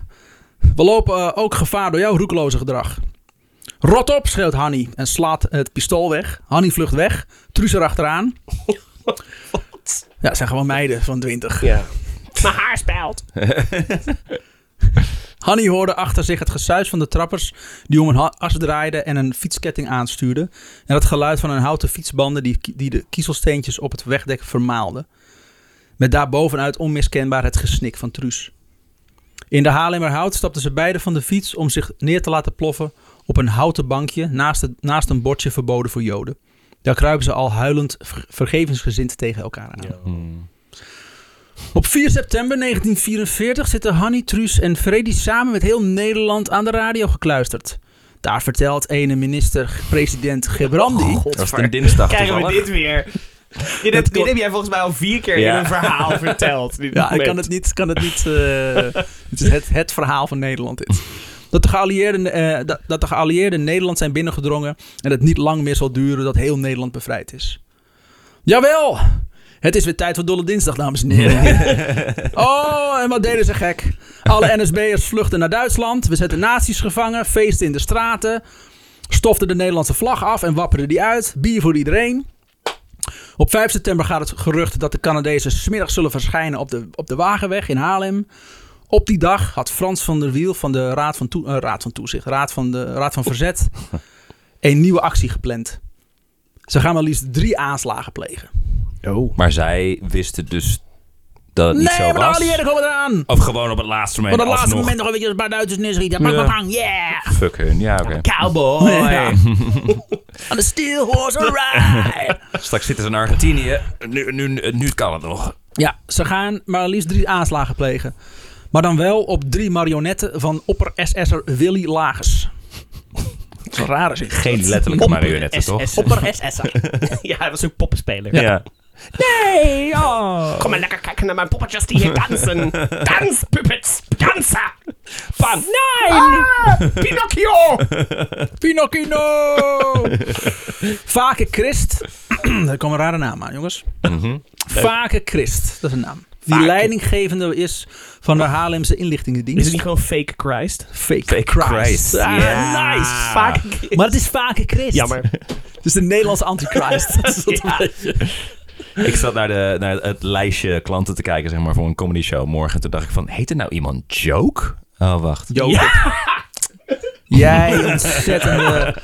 We lopen eh, ook gevaar door jouw roekeloze gedrag. Rot op, schreeuwt Hanny en slaat het pistool weg. Hanny vlucht weg, Truus erachteraan. Ja, het zijn gewoon meiden van 20. Ja. Mijn haar spelt. Hanny hoorde achter zich het gesuis van de trappers die om een ha- as draaiden en een fietsketting aanstuurden. En het geluid van een houten fietsbanden die, ki- die de kiezelsteentjes op het wegdek vermaalden. Met daarbovenuit onmiskenbaar het gesnik van Truus. In de Haarlemmerhout stapten ze beiden van de fiets om zich neer te laten ploffen op een houten bankje naast, het, naast een bordje verboden voor joden. Daar kruipen ze al huilend ver- vergevensgezind tegen elkaar aan. Op 4 september 1944 zitten Hanny, Truus en Freddy samen met heel Nederland aan de radio gekluisterd. Daar vertelt ene minister-president Gebrandi. Dat was een dinsdag Krijgen we toevallig. dit weer. Dit, heb- dit heb jij volgens mij al vier keer Ja. in een verhaal verteld. dit ja, ik moment. kan het niet. Kan het, niet eh, het is het, het verhaal van Nederland. Dit. Dat, de geallieerden, eh, dat, dat de geallieerden Nederland zijn binnengedrongen en het niet lang meer zal duren dat heel Nederland bevrijd is. Jawel! Het is weer tijd voor Dolle Dinsdag, dames en heren. Oh, en wat deden ze gek? Alle NSB'ers vluchten naar Duitsland. We zetten nazi's gevangen, feesten in de straten. Stoften de Nederlandse vlag af en wapperden die uit. Bier voor iedereen. Op 5 september gaat het gerucht dat de Canadezen smiddag zullen verschijnen op de, op de Wagenweg in Haarlem. Op die dag had Frans van der Wiel van de Raad van, Toe- eh, Raad van Toezicht, Raad van, de, Raad van Verzet, een nieuwe actie gepland. Ze gaan maar liefst drie aanslagen plegen. Oh. Maar zij wisten dus dat het niet nee, zo maar de was. Alliëren komen eraan. Of gewoon op het laatste moment. Op het laatste alsnog. moment nog een beetje een paar Duitsers neerschieten. Bang, Ja. Oh, bang, bang, yeah! Fuck hun, ja oké. Cowboy. Ja. On the steel horse, alright! Straks zitten ze in Argentinië. Nu, nu, nu kan het nog. Ja, ze gaan maar liefst drie aanslagen plegen. Maar dan wel op drie marionetten van opper-SS'er Willy Lagers. Dat is een rare zin. Geen letterlijke marionetten, toch? SS. Opper SS'er. Ja, hij was ook poppenspeler. Ja. Nee, oh. Kom maar lekker kijken naar mijn poppetjes die hier dansen. Dans, puppets, dansen. Van, nein, Ah! Pinocchio. Pinocchio! Vaker Christ. Daar kwam een rare naam aan, jongens. Vaker Christ, dat is een naam. Die Vaker. leidinggevende is van de Haarlemse inlichtingendienst. Is het niet gewoon fake Christ? Fake, Fake Christ. Christ. Ah, Ja. Nice. Vaak. Maar het is Vaker Christ. Jammer. Het is de Nederlandse antichrist. Dat is wat een Ja. beetje- Ik zat naar, de, naar het lijstje klanten te kijken, zeg maar, voor een comedy show morgen. Toen dacht ik van, heet er nou iemand Joke? Oh, wacht. Joker. Jij ontzettende...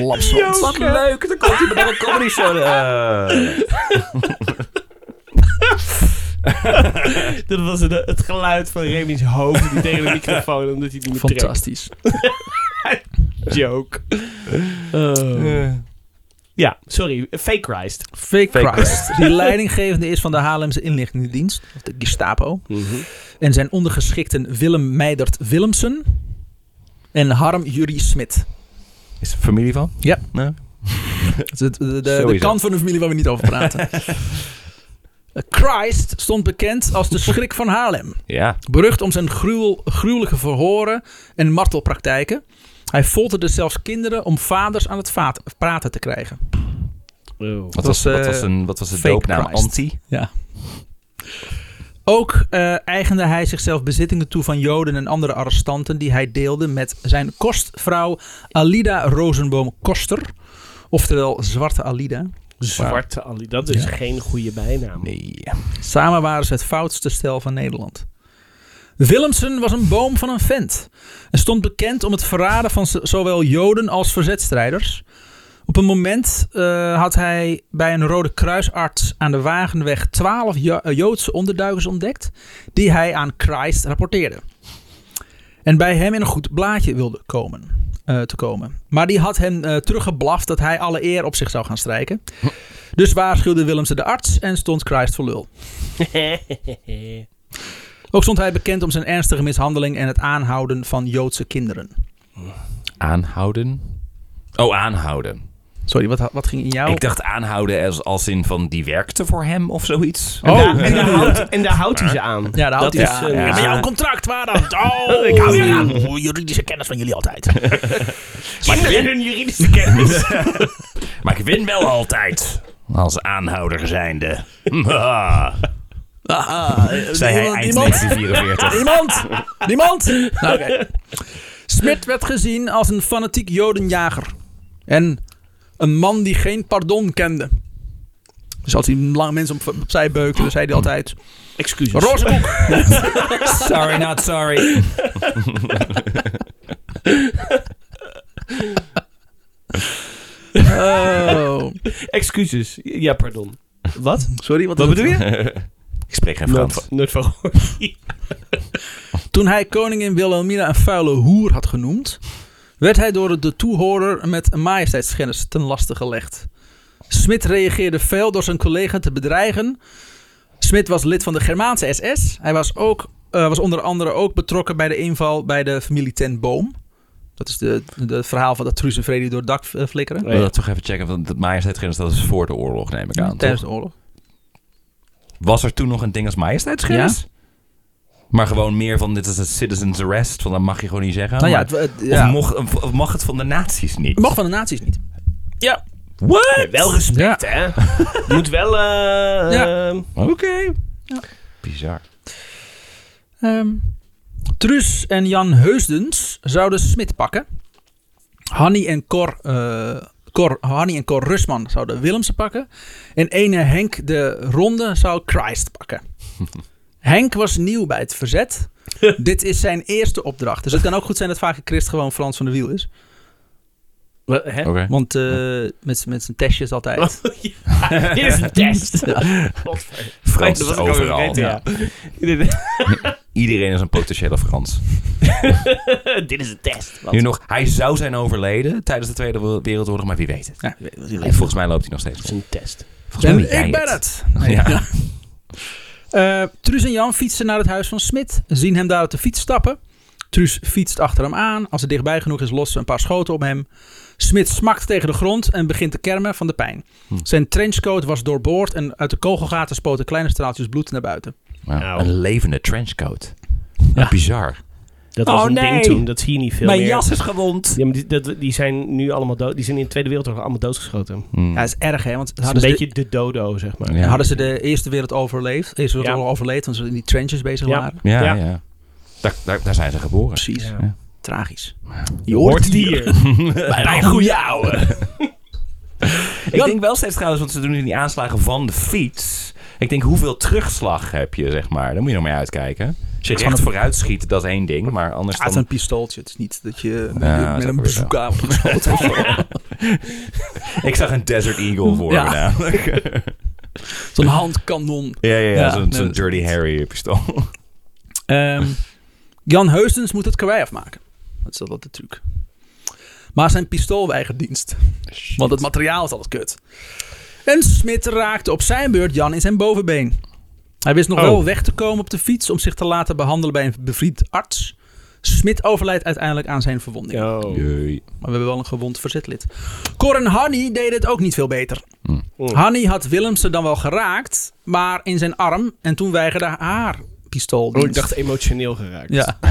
Lapsond. Wat leuk, dan komt hij met een comedy show. eh. Dat was het, het geluid van Remy's hoofd die tegen de microfoon, omdat hij die niet meer trekt. Fantastisch. Joke. Oh. Eh. Ja, sorry. Fake Christ. Fake, Fake Christ. Die leidinggevende is van de Haarlemse inlichtingendienst. Of de Gestapo. En zijn ondergeschikten Willem Meidert Willemsen. En Harm Jurie Smit. Is er familie van? Ja. Nee? De, de, de, de Sowieso. kant van de familie waar we niet over praten. Christ stond bekend als de schrik van Haarlem. Ja. Berucht om zijn gruwel, gruwelijke verhoren en martelpraktijken. Hij folterde zelfs kinderen om vaders aan het vaat- praten te krijgen. Wat was, was, wat eh, was, een, wat was de fake doopnaam? Christ. Anti? Ja. Ook eh, eigende hij zichzelf bezittingen toe van Joden en andere arrestanten die hij deelde met zijn kostvrouw Alida Rosenboom Koster, oftewel Zwarte Alida. Zwarte Ali. Dat is Ja. geen goede bijnaam. Nee. Samen waren ze het foutste stel van Nederland. Willemsen was een boom van een vent en stond bekend om het verraden van z- zowel Joden als verzetstrijders. Op een moment eh, had hij bij een Rode Kruisarts aan de Wagenweg twaalf eh, Joodse onderduikers ontdekt die hij aan Christ rapporteerde. En bij hem in een goed blaadje wilde komen, eh, te komen. Maar die had hem eh, teruggeblaft dat hij alle eer op zich zou gaan strijken. Dus waarschuwde Willemsen de arts en stond Christ voor lul. Ook stond hij bekend om zijn ernstige mishandeling en het aanhouden van Joodse kinderen. Aanhouden? Oh, aanhouden. Sorry, wat, wat ging in jou? Ik dacht aanhouden als, als in van die werkte voor hem of zoiets. Oh, Ja, en, daar houdt, en daar houdt hij ze aan. ja, daar houdt dat hij is, aan. eh, Ja, maar ja. jouw contract, waar dan? Oh, ik hou je aan. Hoe Juridische kennis van jullie altijd. Kinderen hun juridische kennis. Maar ik win wel altijd. Als aanhouder zijnde. Ah, Aha, eh, Zei hij iemand- eind iemand? 1944. Niemand? Niemand? Nou, Oké. Smit werd gezien als een fanatiek jodenjager. En een man die geen pardon kende. Dus als hij lang mensen op, opzij beukte, dan zei hij altijd... Excuses. Roze boek. Sorry, not sorry. Oh. Excuses. Ja, pardon. Wat? Sorry, wat, Wat is het? bedoel je? Ik spreek geen Frans. Nooit- Nooit van gehoord. Toen hij koningin Wilhelmina een vuile hoer had genoemd, werd hij door de toehoorder met majesteitsschennis ten laste gelegd. Smit reageerde fel door zijn collega te bedreigen. Smit was lid van de Germaanse SS. Hij was, ook, eh, was onder andere ook betrokken bij de inval bij de familie Ten Boom. Dat is de, de het verhaal van dat Truus en Vrede door het dak eh, flikkeren. Ik wil dat toch even checken, want het majesteitsgrens dat is voor de oorlog, neem ik aan. Tijdens toch? de oorlog. Was er toen nog een ding als majesteitsgrens? Maar gewoon meer van dit is een citizen's arrest, van dat mag je gewoon niet zeggen. nou ja, maar- het, het- ja. Of mocht, of mag het van de nazi's niet? Het mocht van de nazi's niet. What? Wel respect, hè? Moet wel... eh, Ja. ehm, Oké. Ja. Bizar. Ehm Truus en Jan Heusdens zouden Smit pakken. Hanny en Cor, eh, Cor, Hanny en Cor Rusman zouden Willemsen pakken. En ene Henk de Ronde zou Christ pakken. Henk was nieuw bij het verzet. Dit is zijn eerste opdracht. Dus het kan ook goed zijn dat vaker Christ gewoon Frans van de Wiel is. Wat, hè? Oké. Want eh, met, z'n- met zijn testjes altijd. Ja, dit is een test. Godver- Frans Oh, Dat is was ik alweer overal. vergeten, ja. Dit- Iedereen is een potentiële Frans. Dit is een test. Wat? Nu nog, hij zou zijn overleden tijdens de Tweede Wereldoorlog, maar wie weet het. Ja. En volgens mij loopt hij nog steeds Dit is rond. een test. Volgens Ben, mij Oh, ik ben het! Ja. Eh, Truus en Jan fietsen naar het huis van Smit. Zien hem daar op de fiets stappen. Truus fietst achter hem aan. Als hij dichtbij genoeg is, lossen ze een paar schoten op hem. Smit smakt tegen de grond en begint te kermen van de pijn. Hm. Zijn trenchcoat was doorboord en uit de kogelgaten spoten kleine straaltjes bloed naar buiten. Nou, Nou. Een levende trenchcoat. Ja. Bizar. Dat was Oh, een nee. ding toen. Dat zie je niet veel meer. is gewond. Ja, maar die, dat, die zijn nu allemaal dood. Die zijn in de Tweede Wereldoorlog allemaal doodgeschoten. Hm. Mm. Ja, dat is erg hè, want Dat is hadden, een ze beetje de, dodo, zeg maar. de, Ja. hadden ze de Eerste Wereld overleefd, Eerste Wereldoorlog Ja. overleefd, want ze in die trenches bezig Ja. waren. Ja, Ja. ja. Daar, daar, daar zijn ze geboren. Precies, Ja. Ja. tragisch. Je hoort die hier. Oh, Bij een goede ouwe. ik denk wel steeds trouwens, want ze doen nu die aanslagen van de fiets. Ik denk, hoeveel terugslag heb je, zeg maar? Daar moet je nog mee uitkijken. Als je Van recht een- vooruit schiet, dat is één ding. Maar anders Ja, het is dan... een pistooltje. Het is niet dat je Ja, dat met is ook een weer bezoekaar wordt geschoten. of zo. Ik zag een Desert Eagle voor Ja. me namelijk. Zo'n handkanon. ja, ja, ja. Ja, Zo'n nee, zo'n dat- Dirty Harry pistool. Ehm, Jan Heusdens moet het karwei afmaken. Dat is altijd de truc. Maar zijn pistool weigert dienst. Want het materiaal is altijd kut. En Smit raakte op zijn beurt Jan in zijn bovenbeen. Hij wist nog Oh. wel weg te komen op de fiets om zich te laten behandelen bij een bevriend arts. Smit overlijdt uiteindelijk aan zijn verwonding. Jee. Maar we hebben wel een gewond verzetlid. Cor en Hanny deden het ook niet veel beter. Hmm. Hmm. Hanny had Willemsen dan wel geraakt, maar in zijn arm. En toen weigerde haar pistool Oh, dienst. ik dacht emotioneel geraakt. Ja.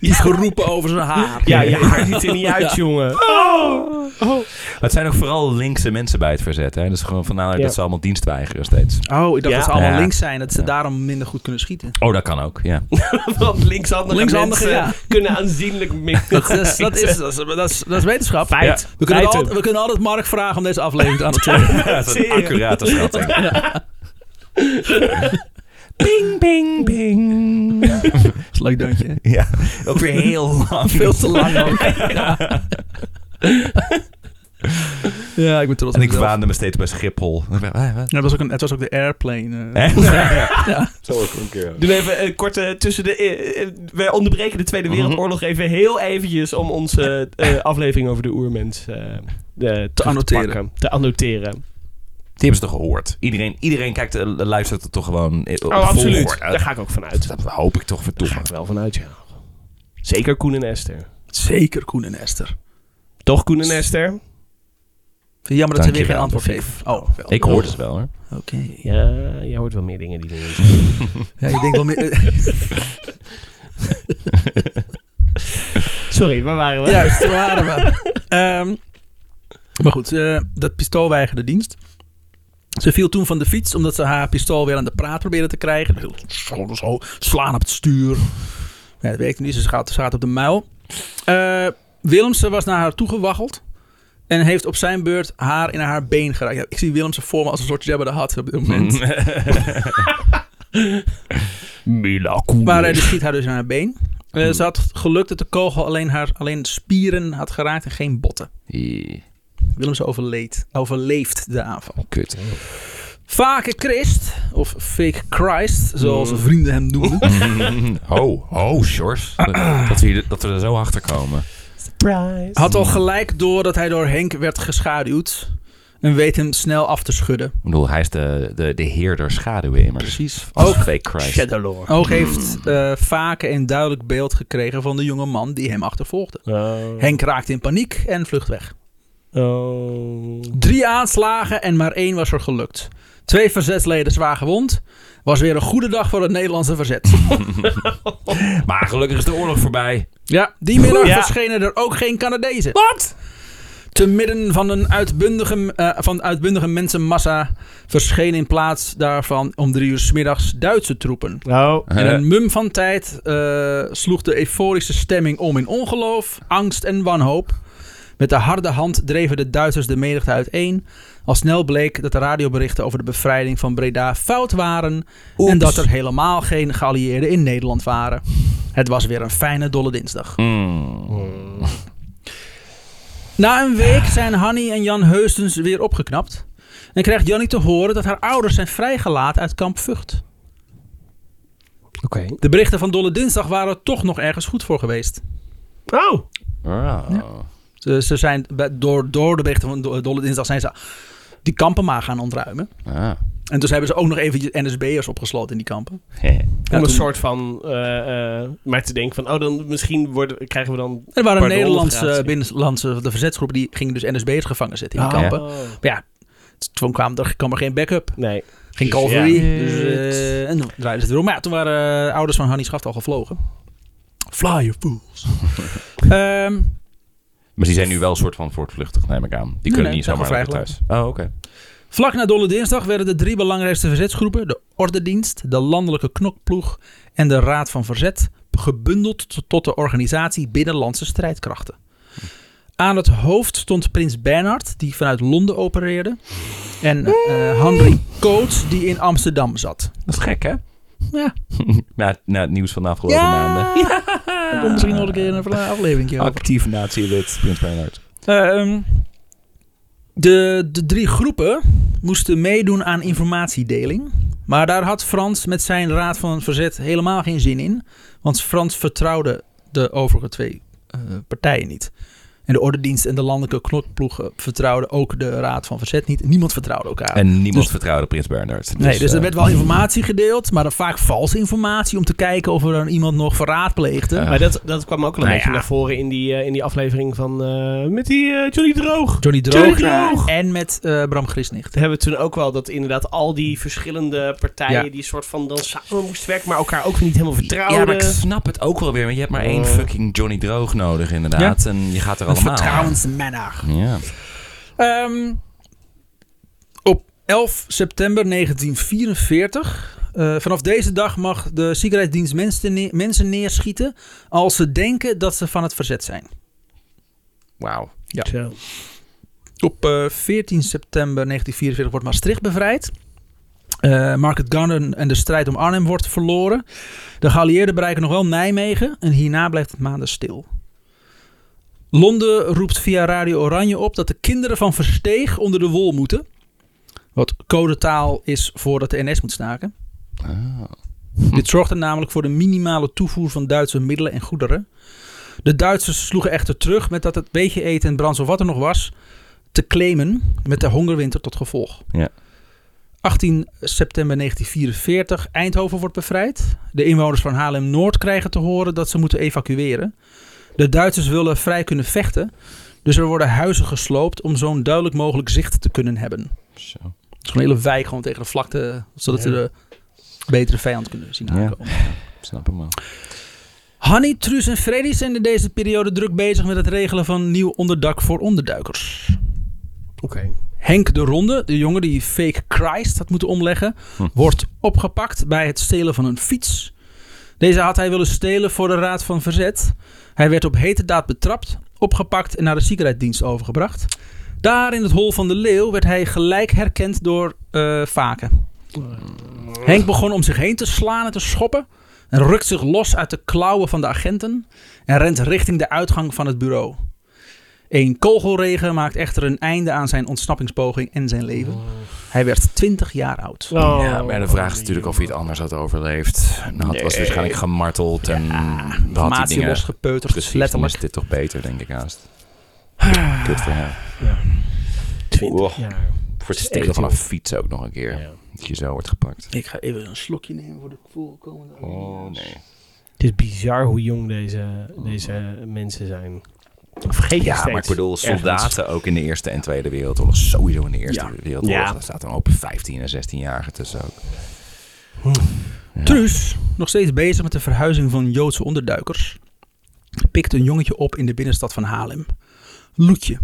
Iets geroepen over zijn haar. Ja, je haar ziet er niet uit, Ja. jongen. Maar Het zijn ook vooral linkse mensen bij het verzet. Hè? Dus gewoon vandaar Ja. dat ze allemaal dienst weigeren steeds. Oh, ik dacht Ja. dat ze allemaal Ja. links zijn. Dat ze Ja. daarom minder goed kunnen schieten. Oh, dat kan ook, ja. Want linkshandige, Linkshandige, mensen ja. kunnen aanzienlijk minder. Dat is, dat is, dat is, dat is, dat is wetenschap. Feit. We kunnen, Feit altijd, hem. we kunnen altijd Mark vragen om deze aflevering aan te trekken. dat is een accurate schatting. Ping, ping, ping. Leuk deuntje. Ja, ook weer heel lang. Veel te lang ook. Ja, ik ben trots En op ik mezelf. waande me steeds bij Schiphol. Ja, het was ook, een, het was ook de airplane. eh. Hè? Ja. Ja. Zo ook een keer. Doen even een korte tussen de. eh, eh, we onderbreken de Tweede Wereldoorlog even heel eventjes om onze eh, aflevering over de oermens eh, eh, terug te Oh, annoteren. pakken, te annoteren. Die hebben ze toch gehoord? Iedereen, iedereen kijkt, eh, luistert het toch gewoon eh, op Oh, absoluut. volgorde. Daar ga ik ook vanuit. Dat hoop ik toch Daar verdomme. ga ik wel vanuit, ja. Zeker Koen en Esther. Zeker Koen en Esther. Toch Koen en Esther? Vind je jammer dat ze weer geen Dankjewel, antwoord geven. Oh, wel. Ik hoor het wel hoor. Oké. Ja, jij hoort wel meer dingen die dingen. Ja, ik denk wel meer... Sorry, waar waren we? Juist, daar waren we. Ehm, maar goed, eh, dat pistool weigerde dienst. Ze viel toen van de fiets omdat ze haar pistool weer aan de praat probeerde te krijgen. Heel Zo, zo, slaan op het stuur. Ja, dat werkte niet, ze gaat, ze gaat op de muil. Eh, Willemsen was naar haar toegewaggeld. En heeft op zijn beurt haar in haar been geraakt. Ja, ik zie Willemsen voor me als een soort Jabba de Hutt op dit moment. Mila Maar eh, die schiet haar dus in haar been. Eh, Ze had gelukt dat de kogel alleen, haar, alleen spieren had geraakt en geen botten. Willems overleed, overleeft de aanval. Kut. Fake Christ, of Fake Christ, zoals zijn vrienden hem noemen. Ho, ho, Sjors. Dat we, hier- dat we er zo achter komen. Surprise. Had al gelijk door dat hij door Henk werd geschaduwd. En weet hem snel af te schudden. Ik bedoel, hij is de, de, de heer der schaduwen immers. Precies. Als Ook, fake Christ. Shadowlord. ook heeft eh Fake een duidelijk beeld gekregen van de jonge man die hem achtervolgde. Oh. Henk raakt in paniek en vlucht weg. Oh. Drie aanslagen en maar één was er gelukt. Twee verzetsleden zwaar gewond. Was weer een goede dag voor het Nederlandse verzet. Maar gelukkig is de oorlog voorbij. Ja, die middag Ja. verschenen er ook geen Canadezen. Wat? Te midden van een uitbundige, eh, van uitbundige mensenmassa verscheen in plaats daarvan om drie uur 's middags Duitse troepen. Nou. In een mum van tijd eh, sloeg de euforische stemming om in ongeloof, angst en wanhoop. Met de harde hand dreven de Duitsers de menigte uiteen. Al snel bleek dat de radioberichten over de bevrijding van Breda fout waren. En dat er helemaal geen geallieerden in Nederland waren. Het was weer een fijne dolle dinsdag. Mm. Na een week zijn Hanny en Jan Heustens weer opgeknapt. En krijgt Jannie te horen dat haar ouders zijn vrijgelaten uit kamp Vught. Oké. De berichten van Dolle Dinsdag waren toch nog ergens goed voor geweest. Oh, Oh. Ze, ze zijn, bij- door, door de berichten van Do- Dolle Dinsdag zijn ze die kampen maar gaan ontruimen. Ah. En dus hebben ze ook nog eventjes NSB'ers opgesloten in die kampen. Ja, om een toen- soort van... eh, eh, maar te denken van, oh, dan misschien worden, krijgen we dan... Er waren Pardon, Nederlandse operatie. binnenlandse de verzetsgroepen die gingen dus NSB'ers gevangen zetten in die Ah, kampen. Maar ja, t- toen kwam er, kwam er geen backup, Nee. geen Dus calvary. ja. Dus, eh, en toen draaiden ze het weer om. Maar ja, toen waren eh, ouders van Hanni Schaft al gevlogen. Fly you fools. Ehm, Maar die zijn nu wel een soort van voortvluchtig, neem ik aan. Die kunnen nee, niet zijn zomaar naar gevrijgelaten. thuis. Oh, oké. vlak na Dolle Dinsdag werden de drie belangrijkste verzetsgroepen, de Ordendienst, de Landelijke Knokploeg en de Raad van Verzet, gebundeld t- tot de organisatie Binnenlandse Strijdkrachten. Aan het hoofd stond prins Bernhard, die vanuit Londen opereerde. En eh Henry Coates, die in Amsterdam zat. Dat is gek, hè? Ja. na, na het nieuws van de afgelopen maanden. Dat komt misschien nog een keer een aflevering over. Actief nazi-lid, Prins Bernhard. Ehm, de, de drie groepen moesten meedoen aan informatiedeling. Maar daar had Frans met zijn Raad van Verzet helemaal geen zin in. Want Frans vertrouwde de overige twee eh, partijen niet. En de Ordendienst en de Landelijke Knokploegen vertrouwden ook de Raad van Verzet niet. Niemand vertrouwde elkaar. En niemand Dus- vertrouwde Prins Bernhard. nee, dus er eh, werd wel informatie gedeeld, maar dan vaak valse informatie om te kijken of er dan iemand nog verraad pleegde. Ja. Maar dat, dat kwam ook al een Nou beetje ja. naar voren in die, eh, in die aflevering van... eh, met die eh Johnny Droog. Johnny Johnny Droog Droog. en met eh, Bram Grisnicht. Toen hebben we toen ook wel dat inderdaad al die verschillende partijen... Ja. die soort van dan samen moesten werken... maar elkaar ook weer niet helemaal vertrouwden. Ja, maar ik snap het ook wel weer. Want je hebt maar één fucking Johnny Droog nodig, inderdaad. En je gaat er allemaal. Vertrouwensmanner. Ja. Ehm, op 11 september 1944. eh, vanaf deze dag mag de Sicherheidsdienst mensen, ne- mensen neerschieten als ze denken dat ze van het verzet zijn. Wauw. Zo. Op eh, 14 september 1944 wordt Maastricht bevrijd. Eh, Market Garden en de strijd om Arnhem wordt verloren. De geallieerden bereiken nog wel Nijmegen en hierna blijft het maanden stil. Londen roept via Radio Oranje op dat de kinderen van Versteeg onder de wol moeten. Wat codetaal is voordat de NS moet staken. Ah, Dit zorgde namelijk voor de minimale toevoer van Duitse middelen en goederen. De Duitsers sloegen echter terug met dat het beetje eten en brandstof wat er nog was te claimen met de hongerwinter tot gevolg. Ja. 18 september 1944, Eindhoven wordt bevrijd. De inwoners van Haarlem-Noord krijgen te horen dat ze moeten evacueren. De Duitsers willen vrij kunnen vechten, dus er worden huizen gesloopt om zo'n duidelijk mogelijk zicht te kunnen hebben. Zo. Dus gewoon een hele wijk gewoon tegen de vlakte, zodat ze de betere vijand kunnen zien Ja. aankomen. Snap hem wel. Hanni, Truus en Freddy zijn in deze periode druk bezig met het regelen van nieuw onderdak voor onderduikers. Oké. Henk de Ronde, de jongen die fake Christ had moeten omleggen, wordt opgepakt bij het stelen van een fiets. Deze had hij willen stelen voor de Raad van Verzet. Hij werd op hete daad betrapt, opgepakt en naar de ziekenhuisdienst overgebracht. Daar in het hol van de leeuw werd hij gelijk herkend door eh Vaken. Henk begon om zich heen te slaan en te schoppen. En rukt zich los uit de klauwen van de agenten. En rent richting de uitgang van het bureau. Een kogelregen maakt echter een einde aan zijn ontsnappingspoging en zijn leven. Hij werd 20 jaar oud. Oh. ja, maar de vraag is natuurlijk of hij het anders had overleefd. Nou, het was waarschijnlijk gemarteld en dan had hij Informatie dingen... losgepeuterd, Precies, dan letterlijk. is dit toch beter, denk ik haast. Kut voor hem. 20 Wow. jaar. Voor het Echt, stelen van een joh. fiets ook nog een keer. Ja. Dat je zo wordt gepakt. Ik ga even een slokje nemen voor de voorkomende. Oh nee. Het is bizar hoe jong deze, deze mensen zijn. Vergeet je Ja, steeds. maar ik bedoel, Ergens. soldaten ook in de Eerste en Tweede Wereldoorlog. Sowieso in de Eerste Ja. Wereldoorlog. Ja. Daar staat een hoop 15 en 16-jarigen tussen ook. Truus, nog steeds bezig met de verhuizing van Joodse onderduikers, pikt een jongetje op in de binnenstad van Haarlem. Loetje.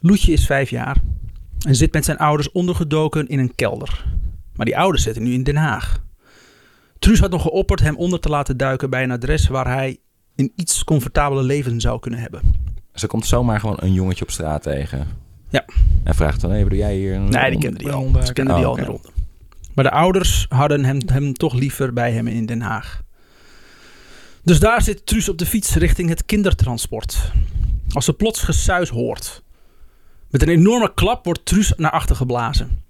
Loetje is vijf jaar en zit met zijn ouders ondergedoken in een kelder. Maar die ouders zitten nu in Den Haag. Truus had nog geopperd hem onder te laten duiken bij een adres waar hij een iets comfortabeler leven zou kunnen hebben. Ze Dus komt zomaar gewoon een jongetje op straat tegen. Ja. En vraagt dan, hé, doe jij hier? een- Nee, die kenden die al. Ze kenden die Oh, al in de oké. ronde. Maar de ouders hadden hem, hem toch liever bij hem in Den Haag. Dus daar zit Truus op de fiets richting het kindertransport. als ze plots gesuis hoort. Met een enorme klap wordt Truus naar achter geblazen.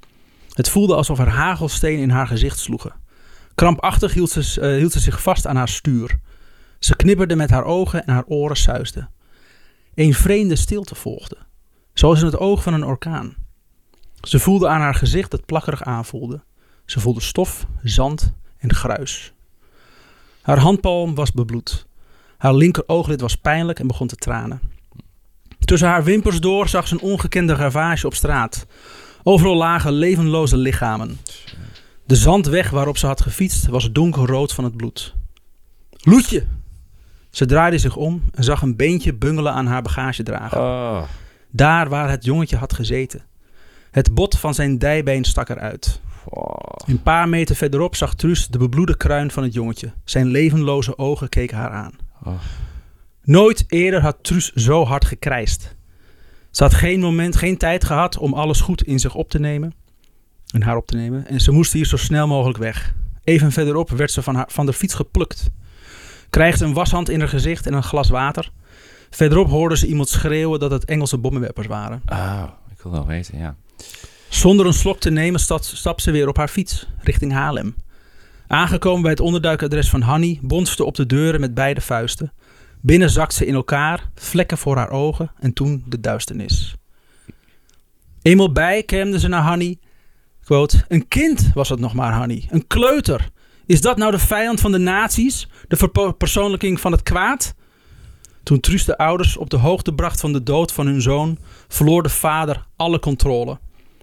Het voelde alsof er hagelstenen in haar gezicht sloegen. Krampachtig hield ze, eh, hield ze zich vast aan haar stuur. Ze knipperde met haar ogen en haar oren suisden. Een vreemde stilte volgde, zoals in het oog van een orkaan. Ze voelde aan haar gezicht dat plakkerig aanvoelde. Ze voelde stof, zand en gruis. Haar handpalm was bebloed. Haar linker ooglid was pijnlijk en begon te tranen. Tussen haar wimpers door zag ze een ongekende ravage op straat. Overal lagen levenloze lichamen. De zandweg waarop ze had gefietst was donkerrood van het bloed. Loetje! Ze draaide zich om en zag een beentje bungelen aan haar bagagedrager. Oh. Daar waar het jongetje had gezeten. Het bot van zijn dijbeen stak eruit. oh. Een paar meter verderop zag Truus de bebloede kruin van het jongetje. Zijn levenloze ogen keken haar aan. Oh. Nooit eerder had Truus zo hard gekrijsd. Ze had geen moment, geen tijd gehad om alles goed in zich op te nemen. En haar op te nemen. En ze moest hier zo snel mogelijk weg. Even verderop werd ze van, haar, van de fiets geplukt. Krijgt een washand in haar gezicht en een glas water. Verderop hoorde ze iemand schreeuwen dat het Engelse bommenwerpers waren. Oh, ik wil wel weten, ja. Zonder een slok te nemen stat- stapt ze weer op haar fiets, richting Haarlem. Aangekomen bij het onderduikadres van Hanny, bonst ze op de deuren met beide vuisten. Binnen zakt ze in elkaar, vlekken voor haar ogen en toen de duisternis. Eenmaal bij kermde ze naar Hanny. Quote, een kind was het nog maar, Hanny. Een kleuter. Is dat nou de vijand van de naties? De verpersoonlijking van het kwaad? Toen Truus de ouders op de hoogte bracht van de dood van hun zoon, verloor de vader alle controle.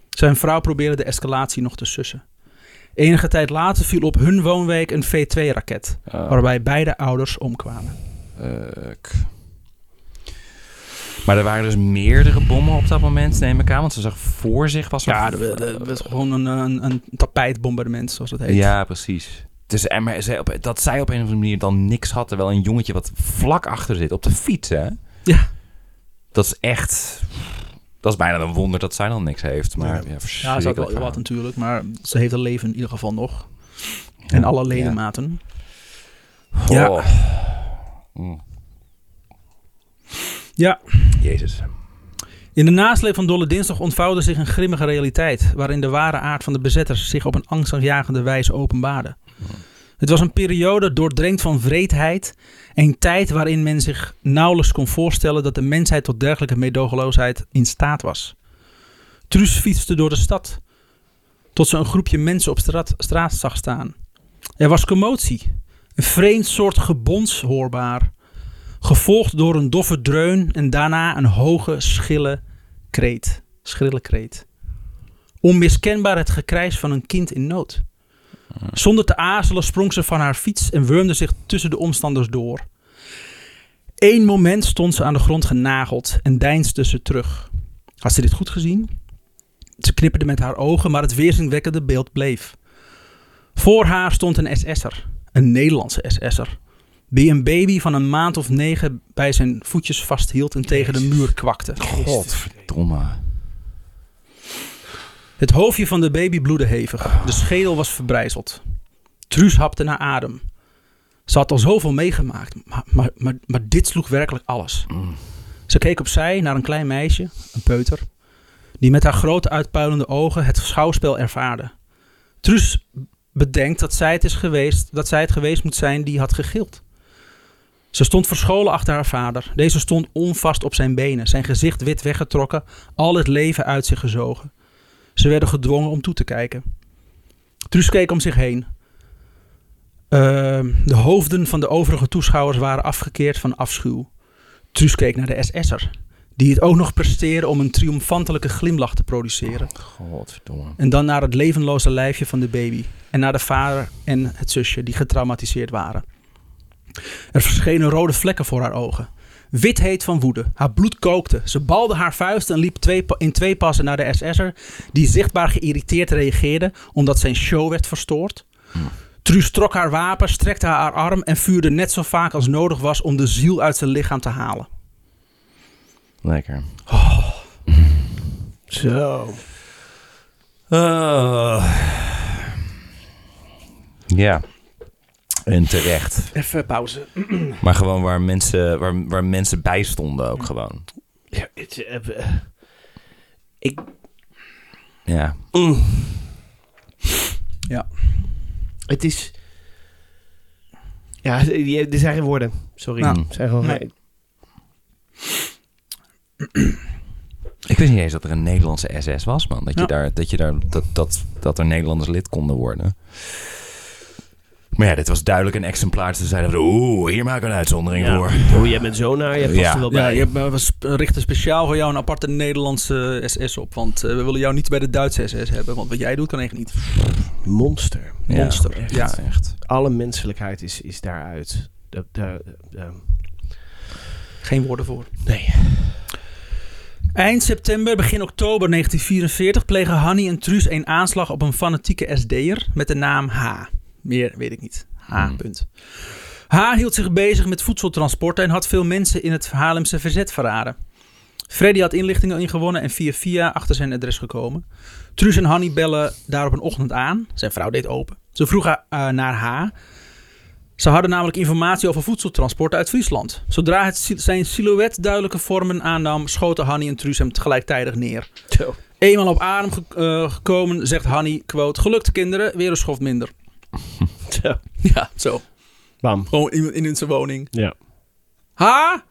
Zijn vrouw probeerde de escalatie nog te sussen. Enige tijd later viel op hun woonwijk een V2-raket, Oh. waarbij beide ouders omkwamen. Fuck. Maar er waren dus meerdere bommen op dat moment, neem ik aan. Want ze zag voor zich was er... Ja, dat dat was gewoon een, een, een tapijtbombardement, zoals dat heet. Ja, precies. Dus en maar zij op, dat zij op een of andere manier dan niks had... terwijl een jongetje wat vlak achter zit op de fiets, hè? Ja. Dat is echt... Dat is bijna een wonder dat zij dan niks heeft. Maar ja, Ja, ze had wel verschrikkelijk wat verhaal. natuurlijk, maar ze heeft een leven in ieder geval nog. en alle ledematen. Ja. Ja. Oh. Mm. Ja, Jezus. In de nasleep van Dolle Dinsdag ontvouwde zich een grimmige realiteit, waarin de ware aard van de bezetters zich op een angstaanjagende wijze openbaarde. Het was een periode doordrenkt van wreedheid, een tijd waarin men zich nauwelijks kon voorstellen dat de mensheid tot dergelijke meedogenloosheid in staat was. Truus fietste door de stad, tot ze een groepje mensen op straat, straat zag staan. Er was commotie, een vreemd soort gebons hoorbaar gevolgd door een doffe dreun en daarna een hoge, schille kreet. Schrille kreet. Onmiskenbaar het gekrijs van een kind in nood. Zonder te aarzelen sprong ze van haar fiets en wurmde zich tussen de omstanders door. Eén moment stond ze aan de grond genageld en deinsde ze terug. Had ze dit goed gezien? Ze knipperde met haar ogen, maar het weerzinwekkende beeld bleef. Voor haar stond een SS'er, een Nederlandse SS'er die een baby van een maand of negen bij zijn voetjes vasthield en tegen de muur kwakte. Godverdomme. Het hoofdje van de baby bloedde hevig. De schedel was verbrijzeld. Truus hapte naar adem. Ze had al zoveel meegemaakt, maar, maar, maar, maar dit sloeg werkelijk alles. Mm. Ze keek opzij naar een klein meisje, een peuter, die met haar grote uitpuilende ogen het schouwspel ervaarde. Truus bedenkt dat zij het, is geweest, dat zij het geweest moet zijn die had gegild. Ze stond verscholen achter haar vader. Deze stond onvast op zijn benen, zijn gezicht wit weggetrokken, al het leven uit zich gezogen. Ze werden gedwongen om toe te kijken. Truus keek om zich heen. Ehm, de hoofden van de overige toeschouwers waren afgekeerd van afschuw. Truus keek naar de SS'er, die het ook nog presteerde om een triomfantelijke glimlach te produceren. Godverdomme. En dan naar het levenloze lijfje van de baby. En naar de vader en het zusje die getraumatiseerd waren. Er verschenen rode vlekken voor haar ogen. Wit heet van woede. Haar bloed kookte. Ze balde haar vuisten en liep twee pa- in twee passen naar de SS'er. Die zichtbaar geïrriteerd reageerde omdat zijn show werd verstoord. Truus trok haar wapen, strekte haar arm en vuurde net zo vaak als nodig was om de ziel uit zijn lichaam te halen. Lekker. Oh. Zo. Ah. Ja. En terecht. Even pauze. Maar gewoon waar mensen, waar, waar mensen bij stonden ook gewoon. Ja, het, eh, eh, ik, Ja. het is... Ja, die- er zijn geen woorden. Sorry. Nou, Mm. Er zijn gewoon nee. geen- Ik wist niet eens dat er een Nederlandse SS was, man. Dat, je Ja. daar, dat, je daar, dat, dat, dat er Nederlanders lid konden worden. Maar ja, dit was duidelijk een exemplaar. Ze zeiden, van, oeh, hier maken we een uitzondering Ja. voor. Oh, jij bent zo naar. Jij past Ja. er wel Ja, bij. je, hebt- we sp- richten speciaal voor jou een aparte Nederlandse SS op. Want eh, we willen jou niet bij de Duitse SS hebben. Want wat jij doet kan echt niet. Monster. Ja, Monster. echt, Ja. echt. Alle menselijkheid is, is daaruit. De, de, de- ehm, Geen woorden voor. nee. Eind september, begin oktober 1944 plegen Hanni en Truus een aanslag op een fanatieke SD'er met de naam H. Meer weet ik niet. H. Hmm. Punt. H hield zich bezig met voedseltransporten en had veel mensen in het Haarlemse verzet verraden. Freddy had inlichtingen ingewonnen en via via achter zijn adres gekomen. Truus en Hanni bellen daar op een ochtend aan. Zijn vrouw deed open. Ze vroeg haar, eh, naar H. Ze hadden namelijk informatie over voedseltransport uit Friesland. Zodra het sil- zijn silhouet duidelijke vormen aannam, schoten Hanni en Truus hem tegelijkertijd neer. Zo. Eenmaal op adem ge- eh, gekomen, zegt Hanni, quote, gelukt kinderen, weer een schoft minder. Zo. Ja, zo. Bam. Gewoon in, in zijn woning. Ja. Ha?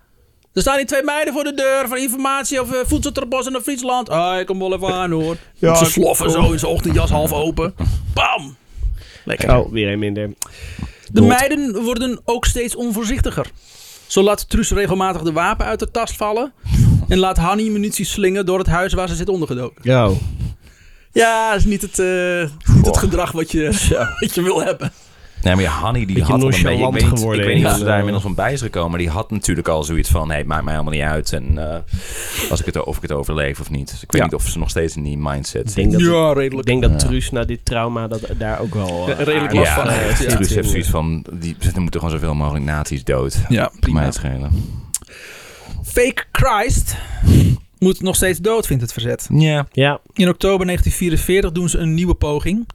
Er staan die twee meiden voor de deur voor informatie over eh, voedseltransport naar Friesland. Ah, ik kom wel even aan hoor. Ja, ze ik- sloffen zo in zijn ochtendjas half open. Bam! Lekker. Oh, weer een minder. De meiden worden ook steeds onvoorzichtiger. Zo laat Truus regelmatig de wapen uit de tas vallen. En laat Hanny munitie slingen door het huis waar ze zit ondergedoken. Yo. Ja, dat is niet het, eh, niet het gedrag wat je, wat je wil hebben. Nee, maar ja, Hanny die Beetje had al een beetje... Ik nonchalant weet niet, geworden ik weet niet is, of ze daar eh. inmiddels van bij is gekomen. Maar die had natuurlijk al zoiets van... Hey, het maakt mij helemaal niet uit. En eh, als ik het, of ik het overleef of niet. Dus ik weet Ja. niet of ze nog steeds in die mindset Ik zit. denk dat, ik redelijk. denk dat Ja. Truus na dit trauma dat, daar ook wel... eh, Ja, redelijk aardig last van nee, heeft, ja. Truus heeft zoiets van... Die, er moeten gewoon zoveel mogelijk nazi's dood. Ja, Prima. Mij prima. het schelen. Fake Christ moet nog steeds dood, vindt het verzet. Ja. Ja. In oktober 1944 doen ze een nieuwe poging.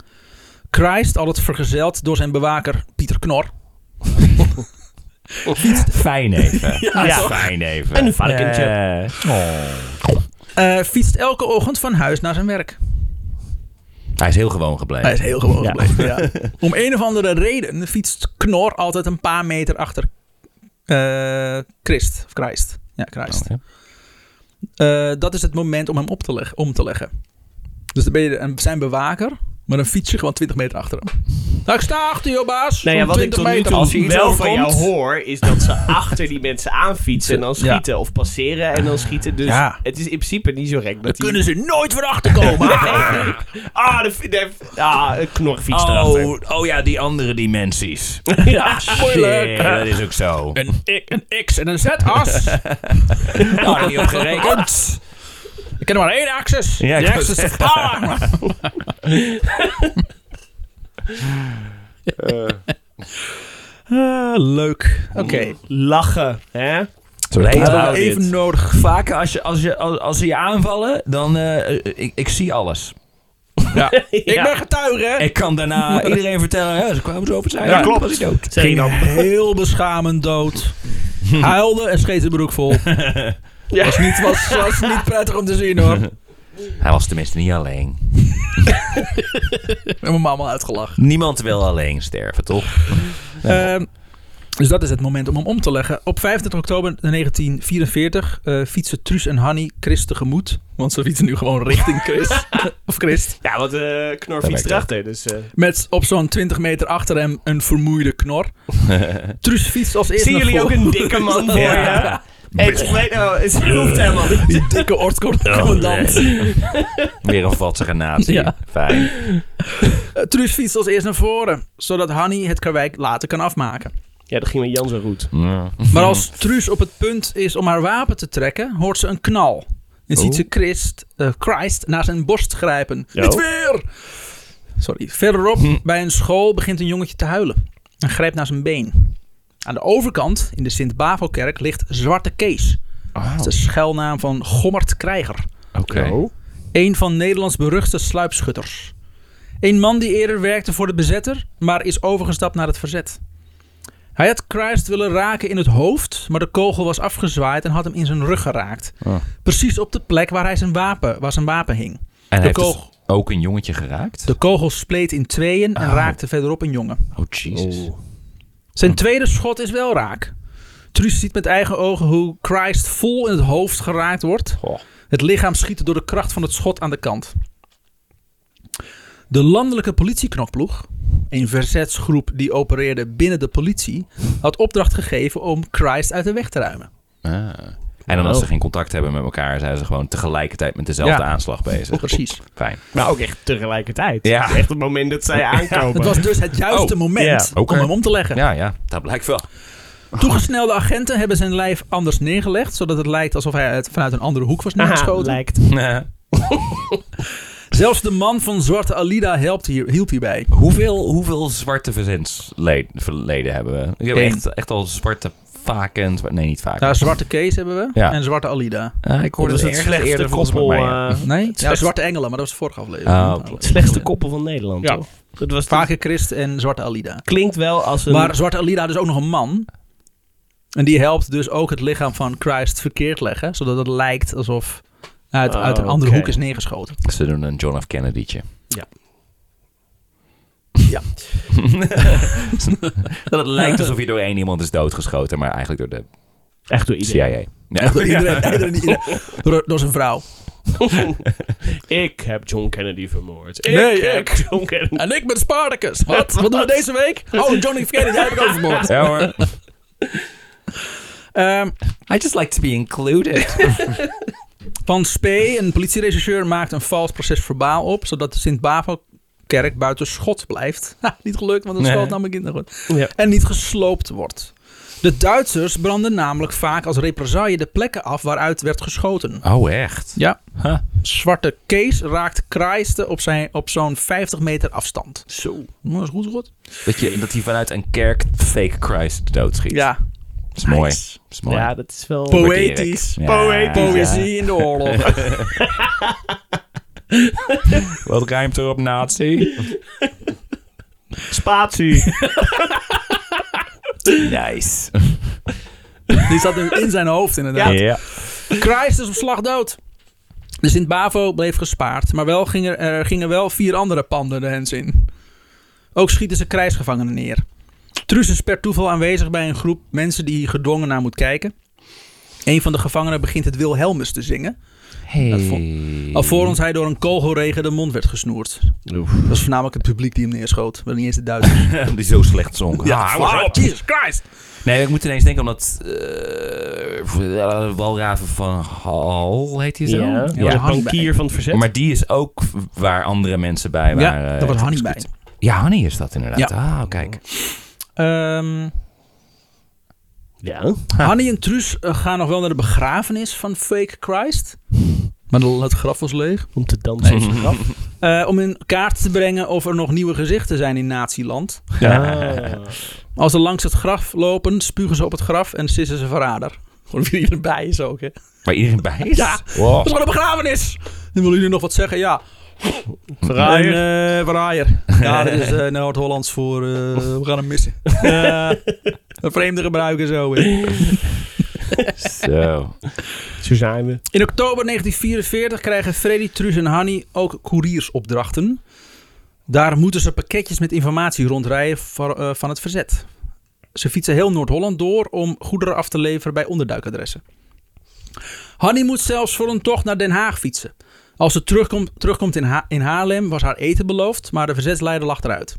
Christ, altijd vergezeld door zijn bewaker Pieter Knor. Fijn even. Ja, toch? Fijn even. En een varkentje. Nee. eh, fietst elke ochtend van huis naar zijn werk. Hij is heel gewoon gebleven. Hij is heel gewoon Ja. gebleven. Ja. Om een of andere reden fietst Knor altijd een paar meter achter eh, Christ. Of Christ. Ja, Christ. Oké. Eh, dat is het moment om hem op te leggen, om te leggen. Dus dan ben je een- zijn bewaker, maar dan fiets je gewoon 20 meter achter hem. Nou, ik sta achter je, baas. Nou ja, Zo'n wat ik 20 tot nu meter. toe je iets wel van overkomt- jou hoor, is dat ze achter die mensen aanfietsen en dan schieten. Of passeren en dan schieten. Dus Ja. het is in principe niet zo gek Daar dat die... kunnen ze nooit weer achterkomen. Nee. Ah, de, de, ah, een knorfiets erachter. Oh, oh ja, die andere dimensies. Ja, Moeilijk. Shit, dat is ook zo. Een, ik, een X en een Z-as. Nou, daar heb ik niet op gerekend. Ik ken er maar één axis. Ja, ik die wou axis is zeggen. power. Ah, leuk. Oké. Lachen, hè? Zo de hele Hebben we avond even dit. nodig. Vaak als, je, als, je, als, als ze je aanvallen, dan... eh, ik, ik zie alles. Ik ben getuige, hè? Ik kan daarna iedereen vertellen... Ja, ze kwamen zo over zijn. Ja, klopt. Was hij dood. Zeg dan. heel beschamend dood. Huilde en scheet zijn broek vol. Ja. Was, niet, was, was niet prettig om te zien, hoor. We Hij was tenminste niet alleen. hebben me allemaal uitgelachen. Niemand wil alleen sterven, toch? Ehm, dus dat is het moment om hem om te leggen. Op 25 oktober 1944 eh, fietsen Truus en Hanny Chris tegemoet. Want ze fietsen nu gewoon richting Chris. of Christ. Ja, want eh knorfiets Dat werkt erachter. Dus, eh Met op zo'n 20 meter achter hem een vermoeide knor. Truus fietst als eerste Zien naar jullie ook voren. een dikke man voor Ja. je? En ik weet nou, het hoeft helemaal niet. Die dikke ortcommandant. Weer een vatsige nazi. Ja. Fijn. Eh, Truus fietst als eerst naar voren, zodat Hanny het karwijk later kan afmaken. Ja, dat ging met Jan zo goed. Ja. Maar als Truus op het punt is om haar wapen te trekken, hoort ze een knal. En ziet Oh. ze Christ, eh, Christ naar zijn borst grijpen. Ja. Niet weer! Sorry. Verderop, bij een school, begint een jongetje te huilen. En grijpt naar zijn been. Aan de overkant, in de Sint-Bavelkerk, ligt Zwarte Kees. Dat is de schuilnaam van Gommert Krijger. Oké. Een van Nederlands beruchte sluipschutters. Een man die eerder werkte voor de bezetter, maar is overgestapt naar het verzet. Hij had Christ willen raken in het hoofd, maar de kogel was afgezwaaid en had hem in zijn rug geraakt. Oh. Precies op de plek waar, hij zijn, wapen, waar zijn wapen hing. En hij heeft kogel- dus ook een jongetje geraakt? De kogel spleet in tweeën en Oh. raakte verderop een jongen. Oh, Jesus. Zijn tweede schot is wel raak. Truus ziet met eigen ogen hoe Christ vol in het hoofd geraakt wordt. Goh. Het lichaam schiet door de kracht van het schot aan de kant. De landelijke politieknokploeg, een verzetsgroep die opereerde binnen de politie, had opdracht gegeven om Christ uit de weg te ruimen. Ah. En dan als ze Oh. geen contact hebben met elkaar, zijn ze gewoon tegelijkertijd met dezelfde Ja. Oh, aanslag bezig. Precies. Fijn. Maar ook echt tegelijkertijd. Ja. Het is echt het moment dat zij aankomen. Het was dus het juiste Oh, moment ja. Oké. om hem om te leggen. Ja, ja, dat blijkt wel. Toegesnelde agenten hebben zijn lijf anders neergelegd, zodat het lijkt alsof hij uit- vanuit een andere hoek was Aha, neergeschoten. lijkt. Zelfs de man van Zwarte Alida helpt hier, hielp hierbij. Hoeveel, hoeveel zwarte verzendsleden verleden hebben we? Ik heb Eén. Nou, echt, echt al zwarte vaken. en zwa- Nee, niet vaken. Ja, zwarte Kees hebben we Ja. en Zwarte Alida. Ah, ik hoorde Dat dat is het ergens slechtste eerder volgens koppel, mij. eh, Nee? Ja, slechtste- Zwarte Engelen, maar dat was de vorige aflevering. Ah, oké. Alleen. het slechtste koppel van Nederland, Ja. toch? Dat was Vage Christ en Zwarte Alida. klinkt wel als een... Maar Zwarte Alida had dus ook nog een man. En die helpt dus ook het lichaam van Christ verkeerd leggen. Zodat het lijkt alsof hij uit, Ah, Oh, uit een andere oké. hoek is neergeschoten. Ze doen een John F. Kennedy'tje. Ja. Ja. dat het lijkt alsof je door één iemand is doodgeschoten, maar eigenlijk door de echt door iedereen. CIA. Ja. Door, iedereen, iedereen, iedereen- door, door zijn vrouw. ik heb John Kennedy vermoord. Ik Nee, heb ik. John Kennedy... En ik ben Spartacus. Wat? Wat doen we deze week? Oh, Johnny F. Kennedy, jij hebt ik ook vermoord. Ja hoor. Ehm, I just like to be included. Van Spee, een politierechercheur, maakt een vals proces verbaal op, zodat de Sint-Bavo-kerk buiten schot blijft. Ha, niet gelukt, want dat Nee. schoot namelijk in de grond. Ja. En niet gesloopt wordt. De Duitsers branden namelijk vaak als represaille de plekken af waaruit werd geschoten. Oh, echt? Ja. Huh. Zwarte Kees raakt Kraaisten op, zijn- op zo'n 50 meter afstand. Zo. Nou, Dat is goed, goed. Dat, je, dat hij vanuit een kerk fake Christ doodschiet. Ja, Dat is mooi. Nice. Dat is mooi. Ja, dat is wel... Po- Waardeer ik. Poëtisch. Ja. poëzie in de oorlog. Wat ruimt er op nazi? Spatie. Nice. Die zat nu in zijn hoofd inderdaad. Ja. Christ is op slag dood. De Sint-Bavo bleef gespaard, maar wel gingen er, er gingen wel vier andere panden de hens in. Ook schieten ze krijgsgevangenen neer. Truus is per toeval aanwezig bij een groep mensen die hier gedwongen naar moet kijken. Een van de gevangenen begint het Wilhelmus te zingen, Hey. alvorens hij door een kogelregen de mond werd gesnoerd. Dat was voornamelijk het publiek die hem neerschoot, maar niet eens de Duitsers. Die zo slecht zong. Ah, wow, Jesus Christ! Nee, ik moet ineens denken omdat... eh Walraven van Hal heet hij zo? Ja, dat Ja. was een bankier van het verzet. Maar die is ook waar andere mensen bij waren. eh, ja, dat was Hanni bij. Ja, Hanny is dat inderdaad. Ah, kijk. Ehm Ja. Hanny en Truus eh, gaan nog wel naar de begrafenis van Fake Christ. Maar de- het graf was leeg. Om te dansen op zijn graf. Eh, om in kaart te brengen of er nog nieuwe gezichten zijn in Natieland. Ah. Als ze langs het graf lopen, spugen ze op het graf en sissen ze verrader. Gewoon wie erbij is ook, hè. Dat Waar iedereen bij is? Ja. Wow. is gewoon een begrafenis! Dan willen jullie nog wat zeggen, ja. Verraaier. En, eh, verraaier. Ja, dat is eh, Noord-Hollands voor... eh, we gaan hem missen. Eh vreemde gebruiken zo, hè. Zo. Zo zijn we. In oktober 1944 krijgen Freddy, Truus en Hanny ook koeriersopdrachten. Daar moeten ze pakketjes met informatie rondrijden van, eh, van het verzet. Ze fietsen heel Noord-Holland door om goederen af te leveren bij onderduikadressen. Hanny moet zelfs voor een tocht naar Den Haag fietsen. Als ze terugkomt, terugkomt in, ha- in Haarlem was haar eten beloofd, maar de verzetsleider lag eruit.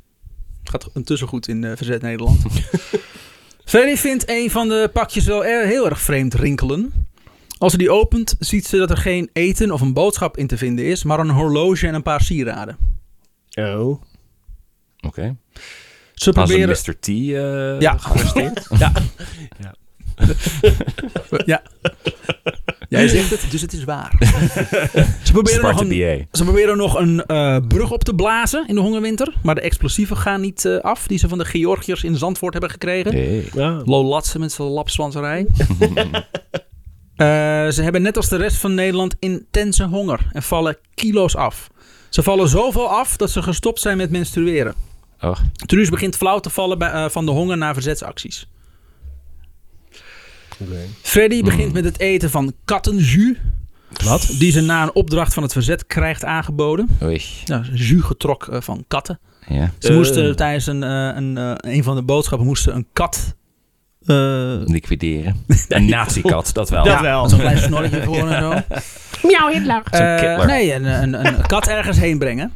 Het gaat intussen goed in eh, verzet Nederland. Freddy vindt een van de pakjes wel er- heel erg vreemd rinkelen. Als ze die opent, ziet ze dat er geen eten of een boodschap in te vinden is, maar een horloge en een paar sieraden. Oh. Oké. Ze Als een proberen. Mr. T eh Ja. gearresteerd? Ja. Jij zegt het, dus het is waar. ze, proberen nog Sparta een, BA. ze proberen nog een eh, brug op te blazen in de hongerwinter, maar de explosieven gaan niet eh, af die ze van de Georgiërs in Zandvoort hebben gekregen. Hey. Ja. Lolatse met zijn lapswanserij. Eh, ze hebben net als de rest van Nederland intense honger en vallen kilo's af. Ze vallen zoveel af dat ze gestopt zijn met menstrueren. Och. Truus begint flauw te vallen bij- eh, van de honger naar verzetsacties. Freddy begint met het eten van kattenjus. Wat? Die ze na een opdracht van het verzet krijgt aangeboden. Oei. Nou, jus getrokken eh, van katten. Ja. Ze moesten tijdens een, eh, een, eh, een van de boodschappen moesten een kat... eh, Liquideren. Een nazi-kat, dat wel. Dat ja, wel. met Zo'n klein snorretje voor en zo. Miauw Hitler. Zo'n Eh, kittler. nee, een, een, een kat ergens heen brengen.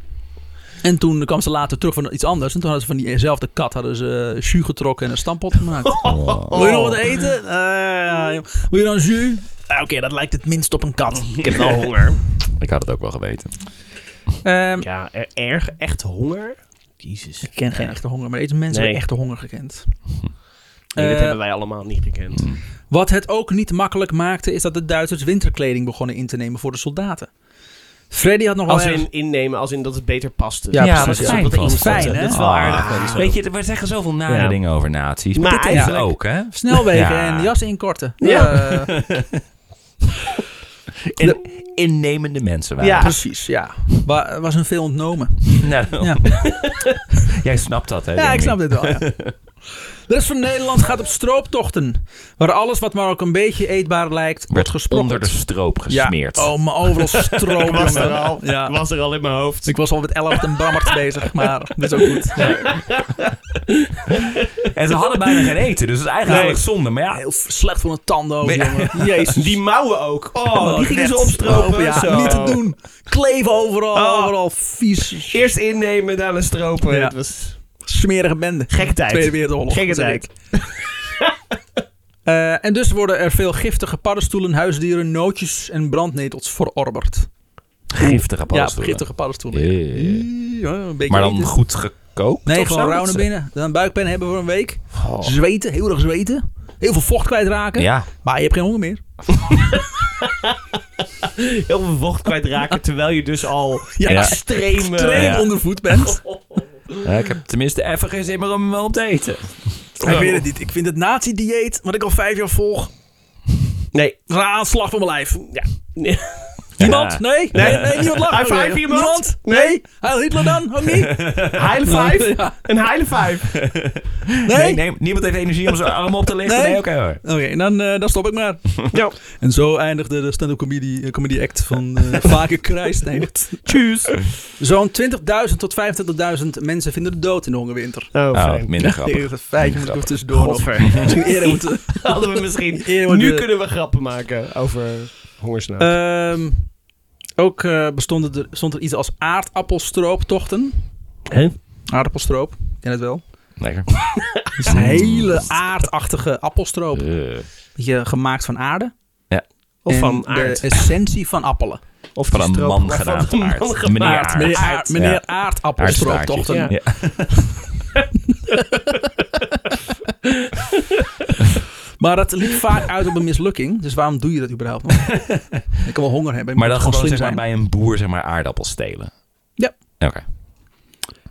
En toen kwam ze later terug van iets anders. En toen hadden ze van diezelfde kat hadden ze eh, jus getrokken en een stampot gemaakt. Wil je nog wat eten? Eh, wil je dan jus? Ah, Oké, dat lijkt het minst op een kat. Ik heb wel honger. Ik had het ook wel geweten. Ehm, Ja, er- erg, echt honger. Jezus. ik ken geen echte honger, maar deze mensen Nee. hebben echte honger gekend. Nee, Eh, dit hebben wij allemaal niet Mm. gekend. Wat het ook niet makkelijk maakte, is dat de Duitsers winterkleding begonnen in te nemen voor de soldaten. Freddy had nog wel Als erg- in innemen, als in dat het beter paste. Ja, precies, wat ja. fijn. Dat is Wat fijn, goed, hè? Dat is wel Ah. aardig. mensen. Weet je, we zeggen zoveel nare Ja. dingen over nazi's. Maar, Maar dit even eigenlijk- ook, hè? snelwegen Ja. en jas inkorten. Ja. Eh, In- innemende mensen waren. Ja. Precies, ja. Ah. Wa- was een veel ontnomen. Oh. Nou, Ja. Jij snapt dat, hè? Ja, Jamie? ik snap dit wel. Ja. De rest van Nederland gaat op strooptochten. Waar alles wat maar ook een beetje eetbaar lijkt, wordt Werd onder de gesprokkeld. stroop gesmeerd. Ja. Oh, maar overal stroop. jongen. Ja. Dus was er al in mijn hoofd. Ik was al met Elbert en Brammert bezig, maar dat is ook goed. En ze hadden bijna geen eten, dus dat is eigenlijk Nee. erg zonde. Maar ja, Heel slecht voor een tanden, ook, Maar ja. jongen. Jezus. Die mouwen ook. Oh, die gingen net. ze opstropen. Oh, ja. Zo. Niet te doen. Kleef overal, Oh. overal. Vies, Eerst innemen, daarna stropen. Ja. Het was smerige bende. gekke tijd. Tweede Wereldoorlog. Gekke zeg tijd. ik. Eh, en dus worden er veel giftige paddenstoelen, huisdieren, nootjes en brandnetels verorberd. giftige Ja, paddenstoelen. giftige paddenstoelen. Yeah. Ja, een beetje Maar dan eten. goed gekookt? Nee, of gewoon zo? rauw naar binnen. Dan een buikpijn hebben voor een week. Zweten, heel erg zweten. Heel veel vocht kwijtraken. Ja, Maar je hebt geen honger meer. Heel veel vocht kwijtraken, terwijl je dus al Ja, Ja. extreem... eh, extreem ja. onder voet bent. Ja, ik heb tenminste even geen zin meer om hem wel op te eten. Ik weet het niet. Ik vind het nazi-dieet, wat ik al vijf jaar volg, Nee. is een aanslag van mijn lijf. Ja. Nee. Niemand? Ja. Nee? Nee, nee, niemand lacht. High five, Oh, Nee. iemand? Niemand? Nee? Heil Hitler dan? Ook niet? Heile vijf. Ja. Een heile vijf. Nee? Nee, nee, niemand heeft energie om zijn arm op te lichten. Nee. Nee, oké hoor. Oké, dan, eh, dan stop ik maar. Ja. En zo eindigde de stand-up comedy, eh, comedy act van eh Vaker Kruis. Nee, wat- Tjus. Zo'n 20.000 tot 25.000 mensen vinden de dood in de hongerwinter. Oh, Oh, fijn. minder Nee, grappig. dat feitje moet ik er Grappig. tussendoor nog. Misschien eerder moeten... Hadden we misschien... Eeuwen nu de- kunnen we grappen maken over hongersnood. Ehm, ook eh bestond er, stond er iets als aardappelstrooptochten. Hè? Aardappelstroop, ik ken het wel. Lekker. Het is een hele aardachtige appelstroop. Eh, Beetje gemaakt van aarde. of En van aard. De essentie van appelen. of van die een stroop man waarvan gedaan een man aard. gemaakt. Meneer aard. Meneer, aard, Aard, meneer ja. aardappelstrooptochten. Aardstaartjes, Ja. Maar dat liep vaak uit op een mislukking. Dus waarom doe je dat überhaupt nog? ik kan wel honger hebben. ik Maar moet dan gewoon slim zeg maar, bij een boer zeg maar, aardappels stelen. Ja. Oké.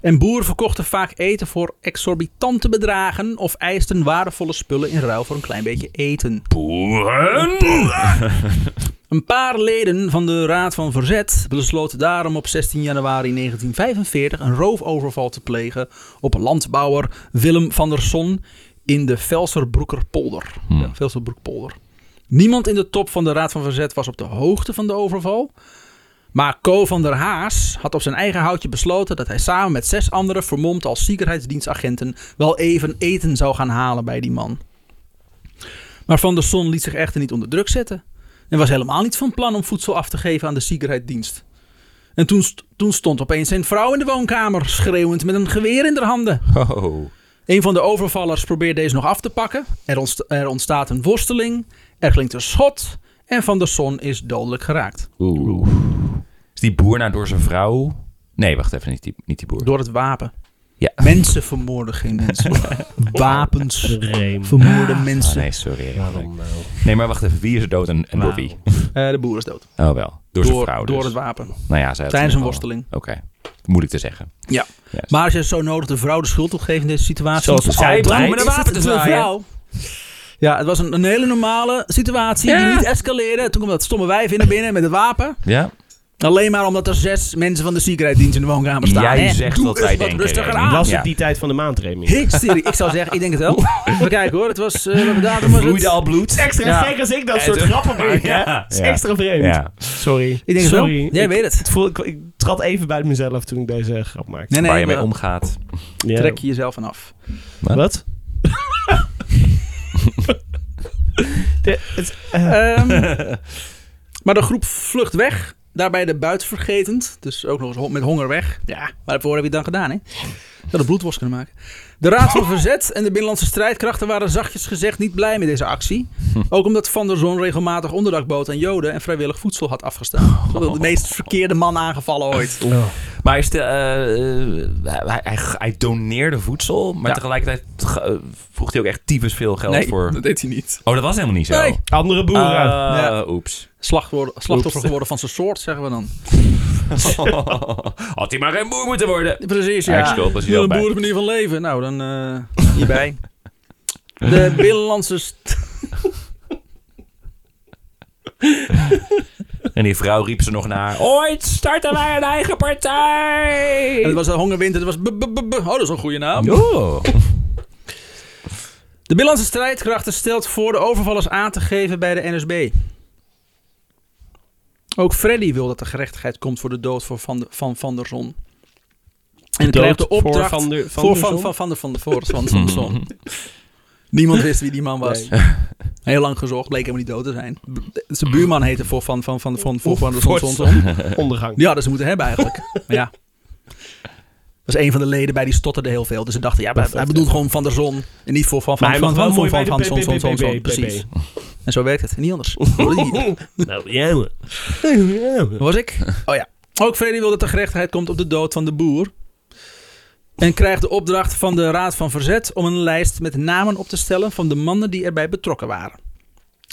En boeren verkochten vaak eten voor exorbitante bedragen of eisten waardevolle spullen in ruil voor een klein beetje eten. Een paar leden van de Raad van Verzet besloten daarom op 16 januari 1945 een roofoverval te plegen op landbouwer Willem van der Son in de Velserbroekerpolder. Hmm. Ja, Velserbroekpolder. Niemand in de top van de Raad van Verzet was op de hoogte van de overval. Maar Co van der Haas had op zijn eigen houtje besloten dat hij samen met zes anderen vermomd als ziekenheidsdienstagenten wel even eten zou gaan halen bij die man. Maar Van der Son liet zich echter niet onder druk zetten en was helemaal niet van plan om voedsel af te geven aan de ziekenheidsdienst. En toen, st- toen stond opeens zijn vrouw in de woonkamer, schreeuwend met een geweer in haar handen. Oh. Een van de overvallers probeert deze nog af te pakken. Er, ontsta- er ontstaat een worsteling, er klinkt een schot en Van der Son is dodelijk geraakt. Oeh. Is die boer nou door zijn vrouw... Nee, wacht even. Niet die, niet die boer. Door het wapen. Ja. Mensen vermoorden geen mensen. Wapens Vreemd. vermoorden mensen. Ah, nee, sorry. nou? Nee, maar wacht even. Wie is er dood en, en door wie? Eh, de boer is dood. Oh, wel. Door zijn Door, vrouw dus. door het wapen. Nou ja, zij Tijdens had in een ieder geval- worsteling. Oké. Moeilijk te zeggen. Ja. Juist. Maar als je zo nodig de vrouw de schuld opgeeft in deze situatie. Zoals ze Zij altijd. dwang Is het te zwaaien. Ja, het was een, een hele normale situatie die niet escaleerde. Toen kwam dat stomme wijf in naar binnen met het wapen. Ja? Alleen maar omdat er zes mensen van de Secretdienst in de woonkamer staan. Jij hè? zegt Doe wat eens wij wat denken, rustiger Remy. aan. Was Ja. het die tijd van de maand, Remy? Hysterie. Ik zou zeggen, ik denk het wel. Even kijken hoor. Het was... eh welke datum was het? Vloeide al bloed. Extra Ja. gek als ik dat En soort toen- grappen maak, hè? Ja, Dat is ja. extra vreemd. Ja. Sorry. Ik denk het wel. Sorry. Jij Ik- weet het. Het voel, ik, ik trad even buiten mezelf toen ik deze grap maakte. Nee, nee. Waar je mee maar omgaat. Ja. Trek je jezelf van af. Wat? De- het- eh, Ehm, maar de groep vlucht weg. Daarbij de buit vergetend. Dus ook nog eens hon- met honger weg. Ja, waarvoor heb je het dan gedaan, hè? Dat de bloedworst kunnen maken. De Raad van Verzet en de Binnenlandse Strijdkrachten waren zachtjes gezegd niet blij met deze actie. Hm. Ook omdat Van der Zon regelmatig onderdak bood aan Joden en vrijwillig voedsel had afgestaan. Oh. Ze hadden De meest verkeerde man aangevallen ooit. Maar is de, eh, eh, hij, hij, hij doneerde voedsel, maar Ja. tegelijkertijd ge- eh, vroeg hij ook echt tyfus veel geld voor. dat deed hij niet. Oh, dat was helemaal niet zo. Nee. andere Ah, boeren. Ja. Oeps. Slachtwoord- slachtoffer Oeps. geworden van zijn soort, zeggen we dan. Had hij maar geen boer moeten worden. Precies, Ja, ik ja. schuld was hij Wil wel een bij. boerenmanier van leven. Nou, dan eh, hierbij. De binnenlandse... st- En die vrouw riep ze nog naar. Ooit starten wij een eigen partij. En het was de hongerwinter. Het was... b- b- b- b- Oh, dat is een goede naam. Oh. De binnenlandse strijdkrachten stelt voor de overvallers aan te geven bij de NSB. Ook Freddy wil dat er gerechtigheid komt voor de dood voor van, de, van Van der Zon. En Dood krijgt de voor opdracht Van der- Van voor der van, Zon? van, van, der- van, de- voor van, van der Zon. Niemand wist wie die man was. Heel lang gezocht, bleek helemaal niet dood te zijn. B- Zijn buurman heette voor van, van, van, van, voor van der Zon. Voor Zon, Zon. ondergang. Ja, dat ze moeten hebben eigenlijk. Maar ja. Dat was een van de leden bij die stotterde heel veel. Dus ze dachten, ja, maar hij bedoelt gewoon Van der Zon. En niet voor Van Van Maar hij Van mag wel Van Van mooi Van bij Van de Zon Zon Zon Zon. PPPP. Precies. En zo werkt het. Niet anders. Nou, ja, hoor. Waar was ik? Oh ja. Ook Freddy wil dat er gerechtigheid komt op de dood van de boer. En krijgt de opdracht van de Raad van Verzet om een lijst met namen op te stellen van de mannen die erbij betrokken waren.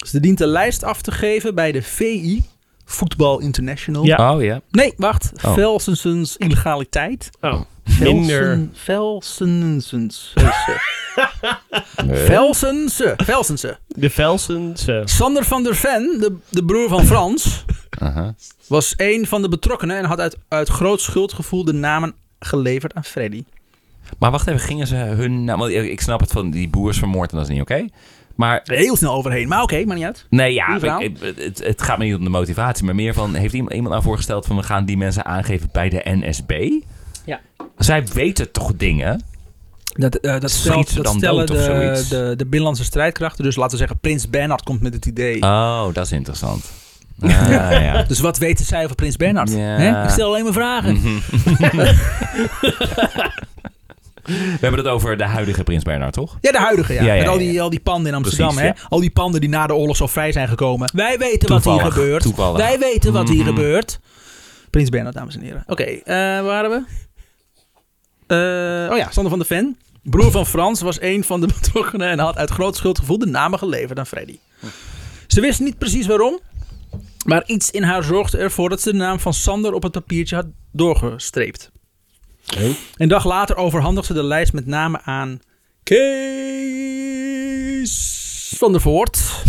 Ze dient de lijst af te geven bij de VI, Voetbal International. Ja. Oh ja. Nee, wacht. Oh. Velsensens illegaliteit. Oh, minder. Velsense. Velsense. Velsense. De Velsense. Sander van der Ven, de, de broer van Frans, Aha. was een van de betrokkenen en had uit, uit groot schuldgevoel de namen geleverd aan Freddy. Maar wacht even, gingen ze hun... Nou, want ik snap het van die boers vermoord en dat is niet oké. Maar Heel snel overheen, maar oké, maar niet uit. Nee, ja, Uw verhaal? ik- ik- het, het gaat me niet om de motivatie, maar meer van... Heeft iemand, iemand nou voorgesteld van we gaan die mensen aangeven bij de NSB? Ja. Zij weten toch dingen? Dat, eh, dat, Schiet stelt, ze dat dan stellen dood of de, zoiets? de, de binnenlandse strijdkrachten. Dus laten we zeggen, Prins Bernhard komt met het idee. Oh, dat is interessant. Ah, ja. Dus wat weten zij over Prins Bernhard? Ja. Mhm. Hè? Ik stel alleen maar vragen. We hebben het over de huidige Prins Bernhard, toch? Ja, de huidige, ja. Ja, ja, Met al ja, die, ja. al die panden in Amsterdam, Precies, hè. Al die panden die na de oorlog zo vrij zijn gekomen. Wij weten wat hier Toevallig, gebeurt. toevallig. Wij weten wat hier Mhm. gebeurt. Prins Bernhard, dames en heren. Oké, eh, waar waren we? Eh, oh ja, Sander van de Ven. Broer van Frans was een van de betrokkenen en had uit groot schuldgevoel de namen geleverd aan Freddy. Ze wist niet precies waarom, maar iets in haar zorgde ervoor dat ze de naam van Sander op het papiertje had doorgestreept. Een dag later overhandigde de lijst met namen aan Kees van der Voort.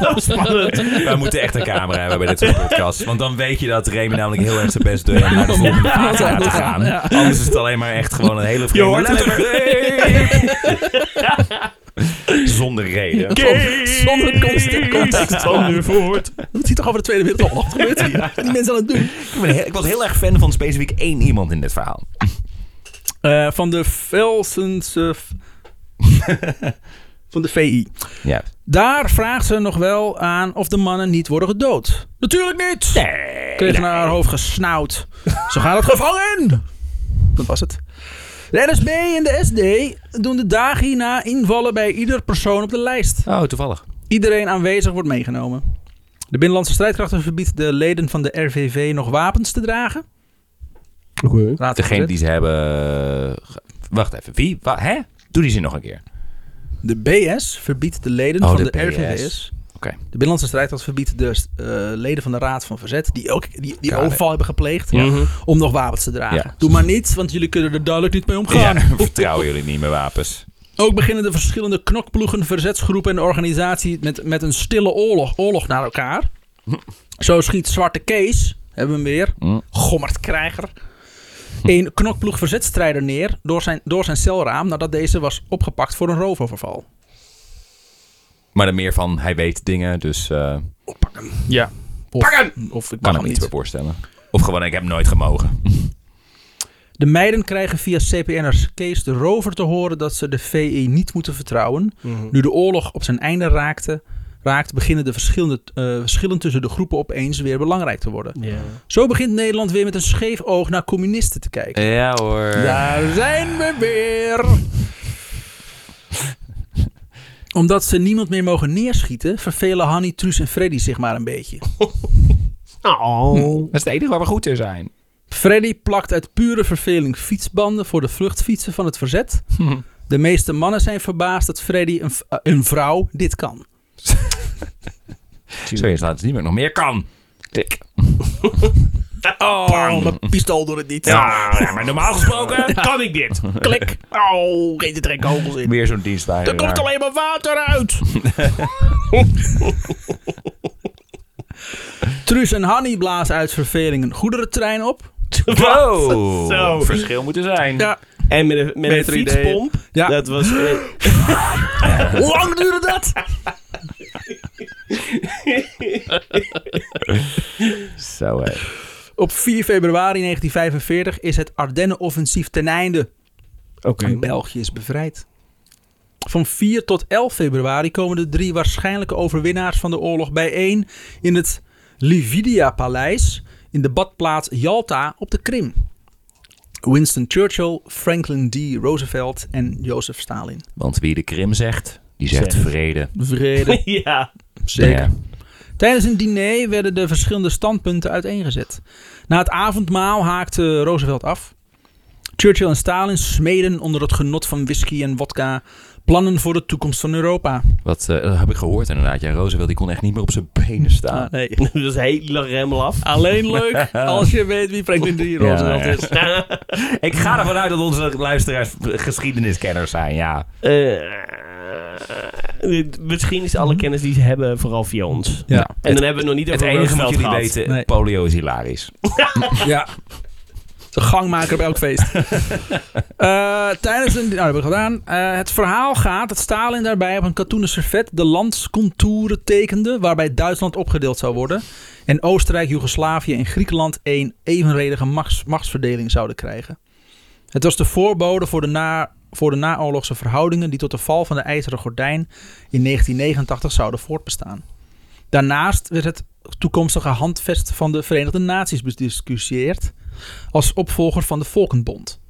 Dat was spannend. Wij moeten echt een camera hebben bij dit soort podcasts. Want dan weet je dat Remy namelijk heel erg zijn best doet om naar de volgende fase uit te gaan. Ja. Anders is het alleen maar echt gewoon een hele Je hoort vreemde letter. Zonder reden. Zonder context- context. Sander voort. Dat is hier toch over de Tweede Wereldoorlog Wat gebeurt hier. Wat zijn Die mensen aan het doen. Ik, ben heel- ik was heel erg fan van specifiek één iemand in dit verhaal. Eh, van de Velsense... van de VI. Ja. Daar vraagt ze nog wel aan of de mannen niet worden gedood. Natuurlijk niet! Kreeg naar haar hoofd gesnauwd. Ze gaan het gevangen! in! Dat was het. De NSB en de SD doen de dag hierna invallen bij ieder persoon op de lijst. Oh, toevallig. Iedereen aanwezig wordt meegenomen. De Binnenlandse Strijdkrachten verbiedt de leden van de RVV nog wapens te dragen. Raad van Degene Verzet. die ze hebben... ge- Wacht even, wie? Wa hè? Doe die zin nog een keer. De BS verbiedt de leden Oh, van de, de BS. RVVS. Oké. De Binnenlandse Strijdkracht verbiedt de eh, leden van de Raad van Verzet, die ook die, die Ja, overval hebben gepleegd, om nog wapens te dragen. Ja. Doe maar niet, want jullie kunnen er duidelijk niet mee omgaan. Ja, vertrouwen jullie niet met wapens. Ook beginnen de verschillende knokploegen, verzetsgroepen en organisaties met, met een stille oorlog, oorlog naar elkaar. Zo schiet Zwarte Kees, hebben we hem weer, Mm. Gommert Krijger, een knokploeg verzetstrijder neer door zijn, door zijn celraam nadat deze was opgepakt voor een roofoverval. Maar dan meer van, hij weet dingen, dus eh Ja. Of, Pak hem! Of ik mag kan hem hem niet niet. meer voorstellen. Of gewoon, ik heb nooit gemogen. De meiden krijgen via CPN'ers Kees de Rover te horen dat ze de VE niet moeten vertrouwen. Nu de oorlog op zijn einde raakte, raakt, beginnen de verschillende, eh, verschillen tussen de groepen opeens weer belangrijk te worden. Ja. Zo begint Nederland weer met een scheef oog naar communisten te kijken. Ja hoor. Daar zijn we weer! Omdat ze niemand meer mogen neerschieten, vervelen Hanni, Truus en Freddy zich maar een beetje. Oh. Dat is het enige waar we goed in zijn. Freddy plakt uit pure verveling fietsbanden voor de vluchtfietsen van het verzet. De meeste mannen zijn verbaasd dat Freddy, een, v- eh, een vrouw, dit kan. Zo eerst laat het niet meer. Nog meer kan. Tik. Oh, mijn pistool door het niet. Ja, ja, maar normaal gesproken... Kan ik dit? Klik. Oh, geen de trekkogels in. Weer zo'n dienstwagen. Er komt alleen maar water uit. Truus en Hanny blazen uit verveling een goederentrein op. Wow. Zo. Verschil moeten zijn. Ja. En met een, met een Beter idee. fietspomp. Ja. Dat was... eh, Hoe lang duurde dat? Zo hè. Op 4 februari 1945 is het Ardennenoffensief ten einde. Oké. En België is bevrijd. Van 4 tot 11 februari komen de drie waarschijnlijke overwinnaars van de oorlog bijeen in het Lividia-paleis in de badplaats Yalta op de Krim. Winston Churchill, Franklin D. Roosevelt en Jozef Stalin. Want wie de Krim zegt, die zegt Zegt. vrede. Vrede. Ja. Zeker. Ja. Tijdens een diner werden de verschillende standpunten uiteengezet. Na het avondmaal haakte Roosevelt af. Churchill en Stalin smeden onder het genot van whisky en vodka plannen voor de toekomst van Europa. Wat eh, dat heb ik gehoord inderdaad. Ja, Roosevelt die kon echt niet meer op zijn benen staan. Ah, nee. Dat was helemaal remmel af. Alleen leuk als je weet wie Franklin D. Roosevelt ja. is. Ik ga ervan uit dat onze luisteraars geschiedeniskenners zijn, ja. Eh, eh, misschien is alle kennis die ze hebben vooral via ons. Ja. En dan hebben we het nog niet Het over enige wat Roosevelt jullie gehad. weten, Nee. polio is hilarisch. Ja. De gangmaker op elk feest. Eh, tijdens een. Nou, dat hebben we gedaan. Eh, het verhaal gaat dat Stalin daarbij op een katoenen servet de landscontouren tekende. waarbij Duitsland opgedeeld zou worden. En Oostenrijk, Joegoslavië en Griekenland een evenredige machts- machtsverdeling zouden krijgen. Het was de voorbode voor de, na, voor de naoorlogse verhoudingen. die tot de val van de IJzeren Gordijn in 1989 zouden voortbestaan. Daarnaast werd het toekomstige handvest van de Verenigde Naties bediscussieerd als opvolger van de Volkenbond.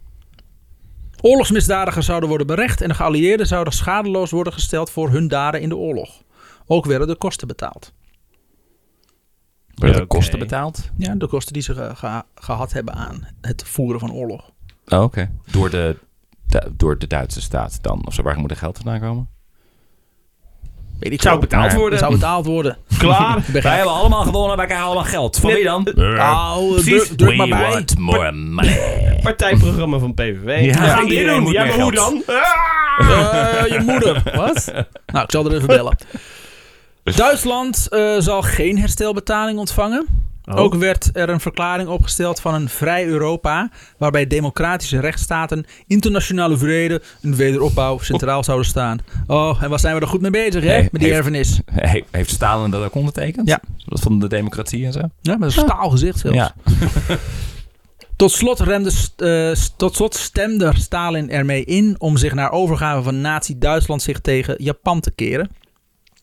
Oorlogsmisdadigers zouden worden berecht en de geallieerden zouden schadeloos worden gesteld voor hun daden in de oorlog. Ook werden de kosten betaald. Worden Ja, de oké. kosten betaald? Ja, de kosten die ze ge- ge- gehad hebben aan het voeren van oorlog. Oh, oké. Door, de, du- door de Duitse staat dan? Of zo, waar moet er geld vandaan komen? Weet ik Zou veel. betaald Maar- worden. Zou betaald worden. Klaar. Ik ben Wij gek. hebben allemaal gewonnen, wij krijgen allemaal geld. Van wie dan? Nou, eh, Precies. druk, druk maar bij. more money. Partijprogramma van PVV. We Ja. gaan dit Iedereen doen. moet Ja, meer maar hoe dan? geld. Ah! Eh, je moeder. Wat? Nou, ik zal er even bellen. Duitsland eh, zal geen herstelbetaling ontvangen. Oh. Ook werd er een verklaring opgesteld van een vrij Europa, waarbij democratische rechtsstaten, internationale vrede en wederopbouw centraal zouden staan. Oh, en waar zijn we er goed mee bezig, hè? Nee, Met die heeft- erfenis. He- Heeft Stalin dat ook ondertekend? Ja. Dat van de democratie en zo? Ja, met een staal gezicht zelfs. Ja. Tot slot, remde, st- eh, s- tot slot stemde Stalin ermee in om zich naar overgave van Nazi-Duitsland zich tegen Japan te keren.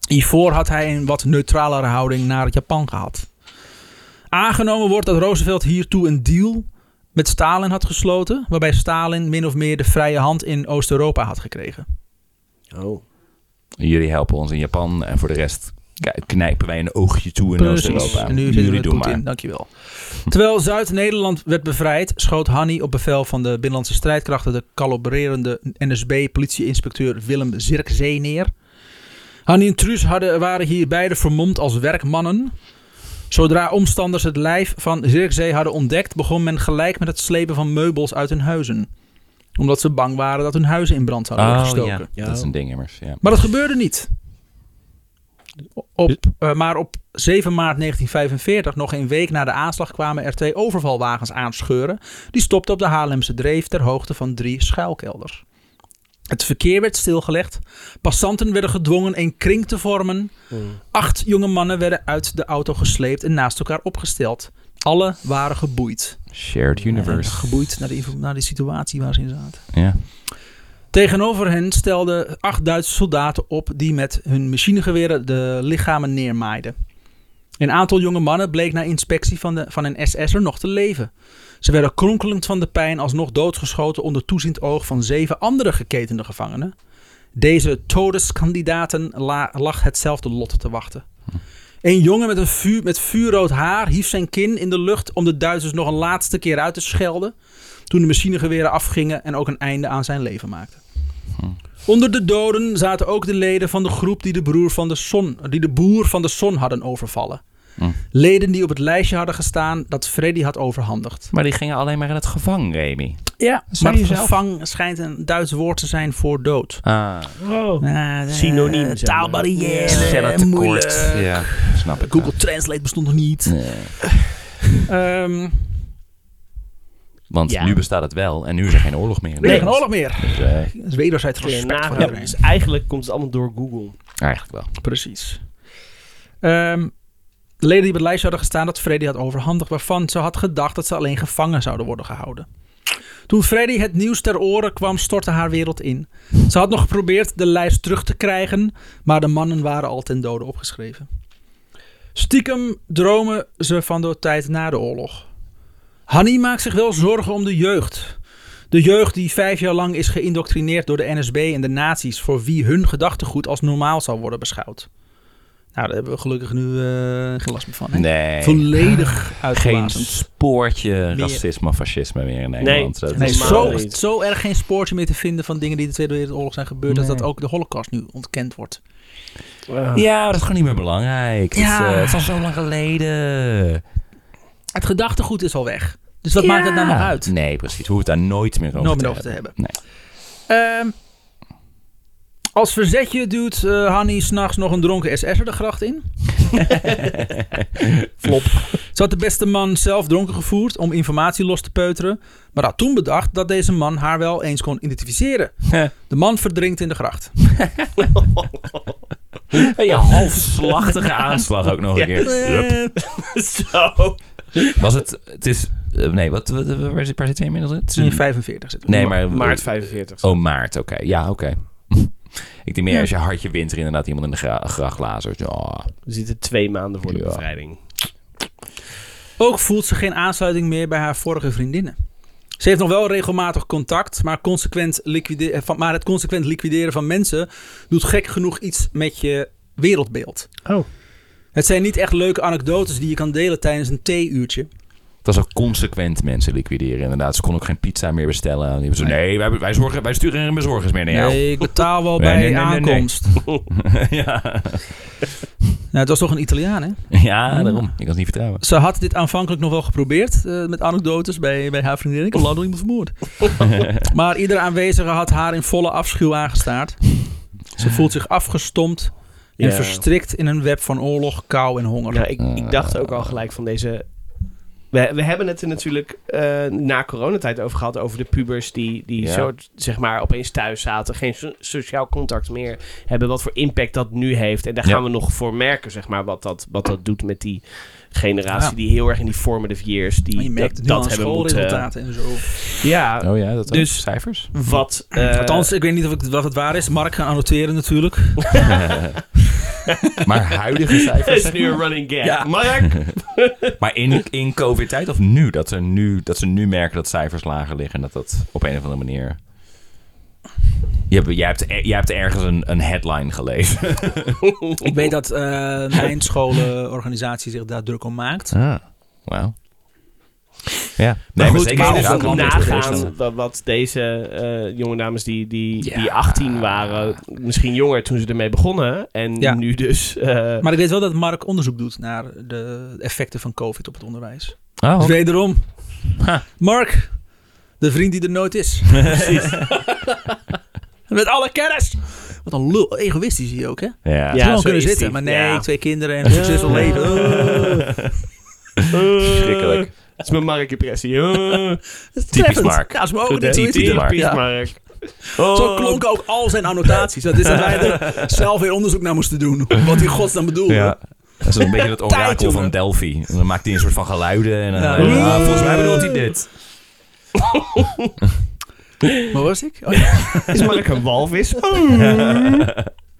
Hiervoor had hij een wat neutralere houding naar Japan gehad. Aangenomen wordt dat Roosevelt hiertoe een deal met Stalin had gesloten, waarbij Stalin min of meer de vrije hand in Oost-Europa had gekregen. Oh. Jullie helpen ons in Japan en voor de rest k- knijpen wij een oogje toe in Precies. Oost-Europa. En nu zitten we Jullie met doen Poetin, maar. dankjewel. Terwijl Zuid-Nederland werd bevrijd, schoot Hanni op bevel van de Binnenlandse strijdkrachten de kalibrerende NSB-politieinspecteur Willem Zirkzee neer. Hanni en Truus hadden, waren hier beide vermomd als werkmannen. Zodra omstanders het lijf van Zirkzee hadden ontdekt, begon men gelijk met het slepen van meubels uit hun huizen. Omdat ze bang waren dat hun huizen in brand zouden worden Oh, gestoken. ja. Dat is een ding immers. Ja. Maar dat gebeurde niet. Op, eh, maar op 7 maart 1945, nog een week na de aanslag, kwamen er twee overvalwagens aanscheuren. Die stopten op de Haarlemse Dreef ter hoogte van drie schuilkelders. Het verkeer werd stilgelegd. Passanten werden gedwongen een kring te vormen. Acht jonge mannen werden uit de auto gesleept en naast elkaar opgesteld. Alle waren geboeid. Eh, Shared universe. Geboeid naar de, info- naar de situatie waar ze in zaten. Ja. Tegenover hen stelden acht Duitse soldaten op die met hun machinegeweren de lichamen neermaaiden. Een aantal jonge mannen bleek na inspectie van, de, van een SS'er nog te leven. Ze werden kronkelend van de pijn alsnog doodgeschoten onder toeziend oog van zeven andere geketende gevangenen. Deze todeskandidaten la- lag hetzelfde lot te wachten. Een jongen met, een vuur, met vuurrood haar hief zijn kin in de lucht om de Duitsers nog een laatste keer uit te schelden toen de machinegeweren afgingen en ook een einde aan zijn leven maakten. Onder de doden zaten ook de leden van de groep die de, broer van de, son, die de boer van de Son hadden overvallen. Hm. Leden die op het lijstje hadden gestaan dat Freddy had overhandigd. Maar die gingen alleen maar in het gevangen, Remy. Ja, maar zei je het zelf. gevang schijnt een Duits woord te zijn voor dood. Ah, Oh. Ah, de- Synoniem, zeg maar. Taalbarrière, Zelfde moeilijk. Eh, tekort. Ja, snap ik. Google Translate bestond nog niet. wel. Nee. Ehm, Want Ja. nu bestaat het wel en nu is er geen oorlog meer. nee, Nee. geen oorlog meer. Dus, eh, Dat is wederzijds Kun je respect voor nagaan. iedereen. Dus eigenlijk komt het allemaal door Google. eigenlijk wel. Precies. Ehm, de leden die op het lijstje hadden gestaan dat Freddy had overhandigd, waarvan ze had gedacht dat ze alleen gevangen zouden worden gehouden. Toen Freddy het nieuws ter oren kwam, stortte haar wereld in. Ze had nog geprobeerd de lijst terug te krijgen, maar de mannen waren al ten dode opgeschreven. Stiekem dromen ze van de tijd na de oorlog. Hanni maakt zich wel zorgen om de jeugd. De jeugd die vijf jaar lang is geïndoctrineerd door de NSB en de nazi's, voor wie hun gedachtegoed als normaal zal worden beschouwd. Nou, daar hebben we gelukkig nu eh, geen last meer van. hè? Nee. Volledig Geen uitgeblazen. spoortje Meer. racisme of fascisme meer in Nederland. Dat Nee, is zo, wel- niet. zo erg geen spoortje meer te vinden van dingen die in de Tweede Wereldoorlog zijn gebeurd, dat Nee. dat ook de Holocaust nu ontkend wordt. Ja, maar dat is gewoon niet meer belangrijk. Ja. Het, is, eh, het is al zo lang geleden. Het gedachtegoed is al weg. Dus wat maakt het nou nog Ja. uit? Nee, precies. Hoe het daar nooit meer over, Nooit te, meer over te hebben. Nee. Ehm, als verzetje duwt eh Hanni s'nachts nog een dronken SS'er de gracht in. Flop. Ze had de beste man zelf dronken gevoerd om informatie los te peuteren. Maar had toen bedacht dat deze man haar wel eens kon identificeren. De man verdrinkt in de gracht. Hey, je halfslachtige aanslag ook nog een keer. Zo. Was het... Het is... eh, nee, wat, wat, waar, zit- waar zitten we inmiddels in? Het is In een- 45 zitten we. Nee, maar... Maart 45. Oh, maart. Oké. Ja, oké. Ik denk meer als je hartje wint er inderdaad iemand in de gra gracht lazert. Ja. We zitten twee maanden voor de Ja. bevrijding. Ook voelt ze geen aansluiting meer bij haar vorige vriendinnen. Ze heeft nog wel regelmatig contact, maar, consequent liquide- eh, van- maar het consequent liquideren van mensen doet gek genoeg iets met je wereldbeeld. Oh. Het zijn niet echt leuke anekdotes die je kan delen tijdens een theeuurtje. Dat was ook consequent mensen liquideren, inderdaad. Ze konden ook geen pizza meer bestellen. Die hebben zo, nee, wij, wij, zorgen, wij sturen geen bezorgers meer naar jou. Nee, ik betaal wel Nee, bij nee, de nee, nee, nee. aankomst. ja. Nou, het was toch een Italiaan, hè? ja, daarom. Ik kan het niet vertrouwen. Ze had dit aanvankelijk nog wel geprobeerd eh, met anekdotes bij, bij haar vriendin. Ik heb lang nog iemand vermoord. maar iedere aanwezige had haar in volle afschuw aangestaard. Ze voelt zich afgestompt en Ja. verstrikt in een web van oorlog, kou en honger. Ja, Oh, nou, ik, Mm. ik dacht ook al gelijk van deze... We, we hebben het er natuurlijk eh, na coronatijd over gehad. Over de pubers die, die Ja. soort, zeg maar, opeens thuis zaten. Geen so- sociaal contact meer hebben. Wat voor impact dat nu heeft. En daar Ja. gaan we nog voor merken, zeg maar. Wat dat, wat dat doet met die generatie Ja. die heel erg in die formative years. Maar Die je merkt dat, het nu dat aan hebben moeten... schoolresultaten en zo. Ja, Oh ja, dat Dus- dus, cijfers? wat... eh, Althans, ik weet niet of ik, wat het waar is. Mark gaan annoteren natuurlijk. maar huidige cijfers, is zeg nu een maar. running gag. Ja. Mark! Maar in, in covid-tijd of nu? Dat, ze nu? dat ze nu merken dat cijfers lager liggen en dat dat op een of andere manier... Je hebt, jij, hebt, er- jij hebt ergens een, een headline gelezen. Ik weet dat eh, mijn scholenorganisatie zich daar druk om maakt. Ah. Wauw. Ja. Maar maar goed, zeker maar als inderdaad, we kan ik me goed voorstellen. nagaan wat, wat deze eh, jonge dames die, die, Ja. die 18 waren, misschien jonger toen ze ermee begonnen. En Ja. nu dus. eh, Maar ik weet wel dat Mark onderzoek doet naar de effecten van COVID op het onderwijs. Oh, Dus oké. wederom. Ha. Mark, de vriend die er nooit is. Met alle kennis Wat een lul. Egoïstisch hier ook, hè? Ja. Ja, zo gewoon kunnen is zitten. die. Maar nee, Ja. twee kinderen en een succesvol leven. Oh, Verschrikkelijk. Dat is mijn markdepressie. Uh, dat is Typisch treffend. Mark. Ja, dat is me ook Goed, niet zo hè? Typisch is het. Mark. Ja. Mark. Oh. Zo klonken ook al zijn annotaties. Dat is dat wij er zelf weer onderzoek naar moesten doen. Wat hij godsnaam bedoelde. Ja. Dat is een beetje het Tijd, orakel jongen. van Delphi. En dan maakt hij een soort van geluiden. En dan, Ja. Ah, volgens mij bedoelt hij dit. Maar was ik? Oh, ja. Is Mark een walvis?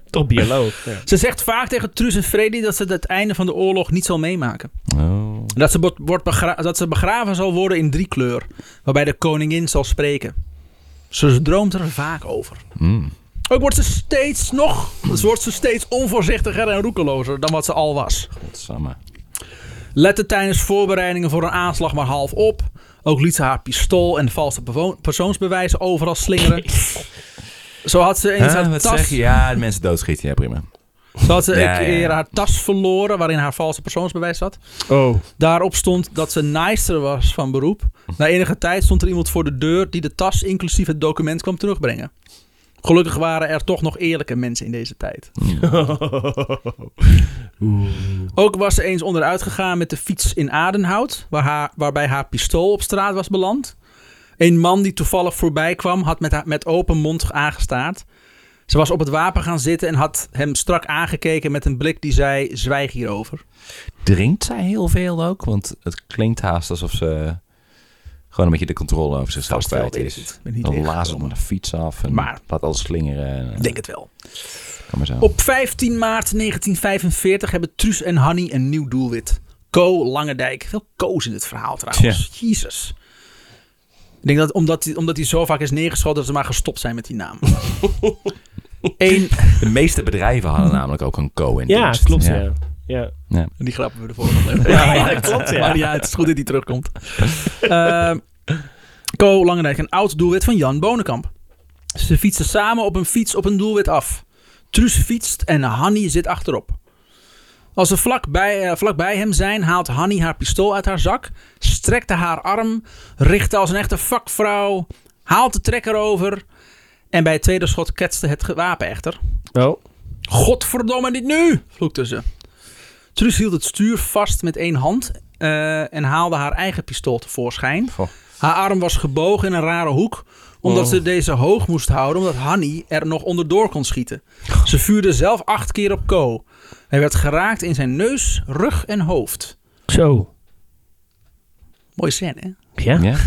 Toch bioloog. Ze zegt vaak tegen Truus en Freddy dat ze het einde van de oorlog niet zal meemaken. Oh, En Dat ze, wordt- wordt begra- dat ze begraven zal worden in drie kleur. Waarbij de koningin zal spreken. Ze droomt er vaak over. Mm. Ook wordt ze steeds nog, dus wordt ze steeds onvoorzichtiger en roekelozer dan wat ze al was. Godsamme. Lette tijdens voorbereidingen voor een aanslag maar half op. Ook liet ze haar pistool en valse bewo- persoonsbewijzen overal slingeren. Zo had ze eens Huh, haar Ah, wat tas, zeg je? Ja, de mensen doodschieten. Ja, prima. zo had ze Ja, ja, een keer ja. haar tas verloren waarin haar valse persoonsbewijs zat. Oh. Daarop stond dat ze naaister was van beroep. Na enige tijd stond er iemand voor de deur die de tas inclusief het document kwam terugbrengen. Gelukkig waren er toch nog eerlijke mensen in deze tijd. Ook was ze eens onderuit gegaan met de fiets in Adenhout, waar haar, waarbij haar pistool op straat was beland. Een man die toevallig voorbij kwam, had met, haar, met open mond aangestaard. Ze was op het wapen gaan zitten en had hem strak aangekeken met een blik die zei: Zwijg hierover. Drinkt zij heel veel ook? Want het klinkt haast alsof ze gewoon een beetje de controle over zichzelf Vast wel, kwijt weet ik is. niet. Ben niet Dan leeg laat ze onder gekomen. de fiets af en Maar- laat alles slingeren. En, eh, Ik denk het wel. Kan maar zo. Op 15 maart 1945 hebben Truus en Hanny een nieuw doelwit. Co Langendijk. Veel Co's in het verhaal trouwens. Jezus. Ik denk dat omdat hij omdat die zo vaak is neergeschoten dat ze maar gestopt zijn met die naam. Eén. De meeste bedrijven hadden namelijk ook een co in Ja, dienst. klopt. Ja. Ja. Ja. Die grappen we de volgende aflevering. ja, klopt, ja. Maar ja, het is goed dat hij terugkomt. Ehm, Co Langendijk, een oud doelwit van Jan Bonenkamp. Ze fietsen samen op een fiets op een doelwit af. Truus fietst en Hanny zit achterop. Als ze vlak bij, eh, vlak bij hem zijn, haalt Hanny haar pistool uit haar zak, strekt haar arm, richt als een echte vakvrouw, haalt de trekker over. En bij het tweede schot ketste het ge- wapen echter. Oh. Godverdomme, niet nu! vloekte ze. Truus hield het stuur vast met één hand eh, en haalde haar eigen pistool tevoorschijn. Goh. Haar arm was gebogen in een rare hoek, omdat Oh. ze deze hoog moest houden, omdat Hanny er nog onderdoor kon schieten. Ze vuurde zelf acht keer op Ko. Hij werd geraakt in zijn neus, rug en hoofd. Zo. Mooie scène, hè? Ja. Ja?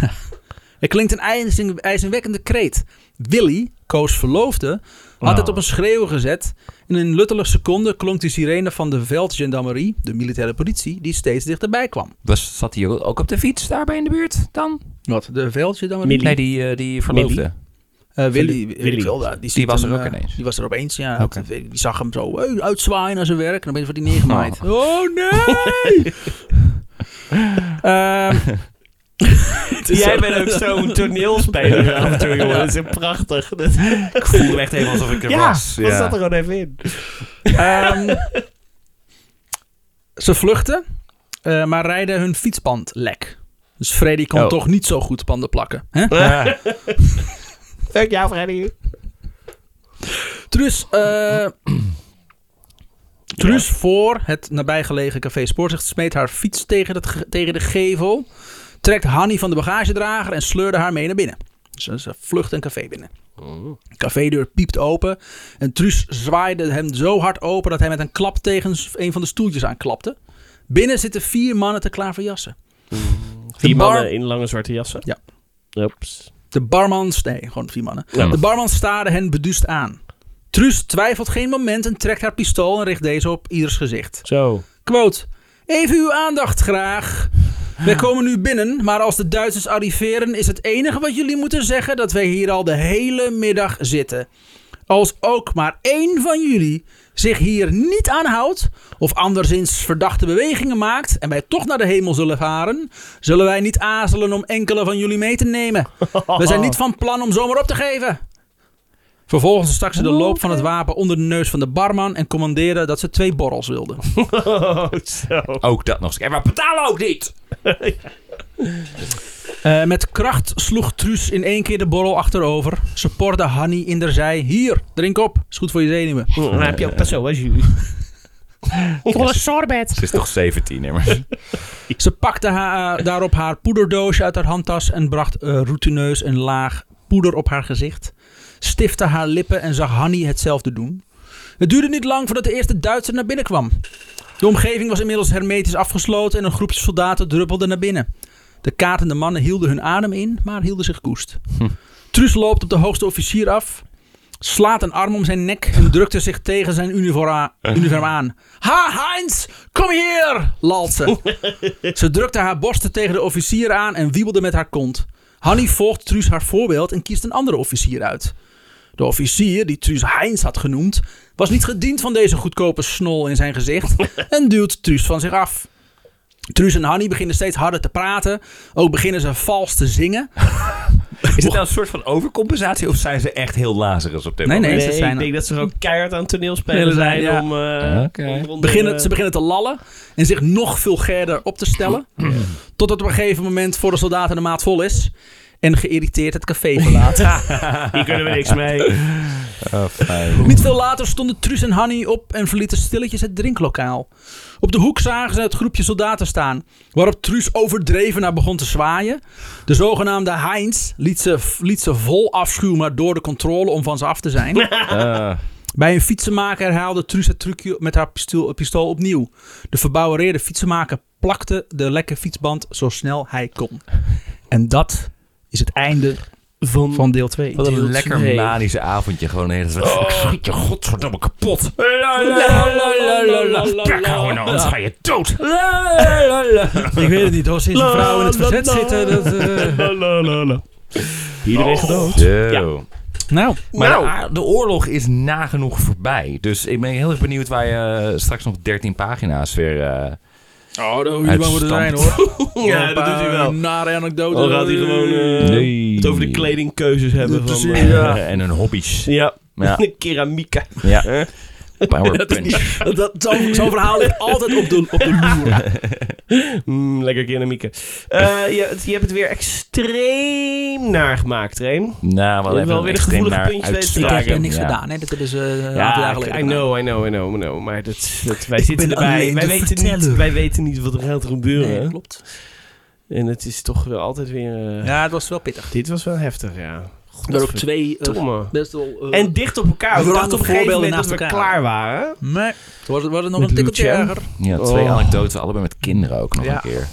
Er klinkt een ijzing- ijzingwekkende kreet. Willy, Koos verloofde, had Nou. het op een schreeuw gezet. En in een luttele seconde klonk de sirene van de veldgendarmerie, de militaire politie, die steeds dichterbij kwam. Was, zat hij ook op de fiets daarbij in de buurt dan? Wat? De veldgendarmerie? Nee, die, eh, die verloofde. Eh, Willy, Willy. weet ik wel, die, ziet was hem, er ook eh, ineens. Die was er opeens, ja. Oké. Die zag hem zo eh, uitzwaaien naar zijn werk. En dan ben je voor die neergemaaid. Oh, nee! Ehm, het is Jij zo- bent ook zo'n toneelspeler af en toe, jongen. Dat is echt prachtig. Dat- Ik voelde me echt even alsof ik er ja, was. dat zat er gewoon even in. Ehm, ze vluchten, eh, maar rijden hun fietspand lek. Dus Freddy kon Oh. toch niet zo goed panden plakken. Hè? Ja. Fuck jou, Freddy. Truus, eh, Truus voor het nabijgelegen café Spoorzicht smeet haar fiets tegen, het, ge- tegen de gevel. Trekt Hanny van de bagagedrager en sleurde haar mee naar binnen. Dus, eh, Ze, ze vlucht een café binnen. De cafédeur piept open en Truus zwaaide hem zo hard open dat hij met een klap tegen s- een van de stoeltjes aanklapte. Binnen zitten vier mannen te klaar voor jassen. Die bar- mannen in lange zwarte jassen. Ja. Oeps. De barman, nee, gewoon vier mannen. Ja. De barman staarde hen beduust aan. Truus twijfelt geen moment en trekt haar pistool en richt deze op ieders gezicht. Zo. Quote. Even uw aandacht graag. Wij komen nu binnen, maar als de Duitsers arriveren is het enige wat jullie moeten zeggen dat wij hier al de hele middag zitten. Als ook maar één van jullie zich hier niet aan houdt of anderszins verdachte bewegingen maakt en wij toch naar de hemel zullen varen, zullen wij niet aarzelen om enkele van jullie mee te nemen. We zijn niet van plan om zomaar op te geven. Vervolgens stak ze de loop van het wapen onder de neus van de barman en commandeerde dat ze twee borrels wilden. Oh, zo. Ook dat nog eens. En we betalen ook niet! Eh, met kracht sloeg Truus in één keer de borrel achterover. Ze porde Hanny in de zij. Hier, drink op. Is goed voor je zenuwen. Dan heb je ook pas zo, hè, Jules? Volle sorbet. Ze is toch 17, hè, maar Ze pakte haar, daarop haar poederdoosje uit haar handtas en bracht eh, routineus een laag poeder op haar gezicht. Stifte haar lippen en zag Hanny hetzelfde doen. Het duurde niet lang voordat de eerste Duitser naar binnen kwam. De omgeving was inmiddels hermetisch afgesloten en een groepje soldaten druppelde naar binnen. De katende mannen hielden hun adem in, maar hielden zich koest. Truus loopt op de hoogste officier af, slaat een arm om zijn nek en drukte zich tegen zijn uniform uniform aan. Ha, Heinz, kom hier, lalt ze. Ze drukte haar borsten tegen de officier aan en wiebelde met haar kont. Hanny volgt Truus haar voorbeeld en kiest een andere officier uit. De officier, die Truus Heinz had genoemd, was niet gediend van deze goedkope snol in zijn gezicht en duwt Truus van zich af. Truus en Hanny beginnen steeds harder te praten. Ook beginnen ze vals te zingen. Is het nou een soort van overcompensatie of zijn ze echt heel lazerus op dit Nee, moment? nee. Nee, ze zijn- ik denk dat ze er ook keihard aan Willen toneelspelen zijn, zijn ja. om... eh, Oké. om eronder, Beginnen, eh, ze beginnen te lallen en zich nog vulgairder op te stellen. Totdat op een gegeven moment voor de soldaten de maat vol is. En geïrriteerd het café verlaat. Hier kunnen we niks mee. Oh, fijn. Niet veel later stonden Truus en Hanny op en verlieten stilletjes het drinklokaal. Op de hoek zagen ze het groepje soldaten staan, waarop Truus overdreven naar begon te zwaaien. De zogenaamde Heinz liet ze, liet ze vol afschuw maar door de controle om van ze af te zijn. Eh, Bij een fietsenmaker herhaalde Truus het trucje met haar pistool, pistool opnieuw. De verbouwereerde fietsenmaker plakte de lekke fietsband zo snel hij kon. En dat is het einde Van, van deel 2. wat een Deelt lekker mee. manisch avondje. Gewoon de hele tijd. Ik schiet je godverdomme kapot. Pek, hou nou, anders ga je dood. Ik weet het niet hoor, sinds een vrouw in het verzet zitten. Dat, eh, Iedereen gedood. Zo. Nou, Oh. Maar de, de oorlog is nagenoeg voorbij. Dus ik ben heel erg benieuwd waar je eh, straks nog 13 pagina's weer... eh Oh, daar hoef je je niet bang bang voor te zijn zijn, hoor. Ja, dat doet hij wel. Nare anekdote. Dan gaat hij gewoon eh, Nee. het over de kledingkeuzes hebben. Van, Precies, eh, ja. en hun hobby's. ja. Ja. Keramica. Ja. Power punch. Dat, zo'n, zo'n verhaal ligt altijd op de, op de loer. Mm, lekker keramica. Eh, je, je hebt het weer extreem naar gemaakt, Reem. Nou, wel Je hebt even wel een weer de extreem gevoelige naar puntjes weten te Ik uitstraling. heb eh, niks Ja. gedaan, hè. Dat hebben ze eh, een aantal Ja, jaar ik- geleden I know, I know, I know, I know. Maar dat, dat, wij Ik zitten ben erbij. alleen Wij de weten, niet, verteller. wij weten niet wat er gaat gebeuren. gedaan. Nee, klopt. en het is toch wel altijd weer... eh, Ja, het was wel pittig. Dit was wel heftig, ja. Er ook twee eh, Godverdomme. best wel... eh, En dicht op elkaar. We We dachten hadden op een gegeven voorbeelden moment dat we naast elkaar. klaar waren. nee, toen was het, was het nog Met een tikkeltje Lucien. erger. Ja, twee Oh. anekdotes, allebei met kinderen ook nog Ja. een keer.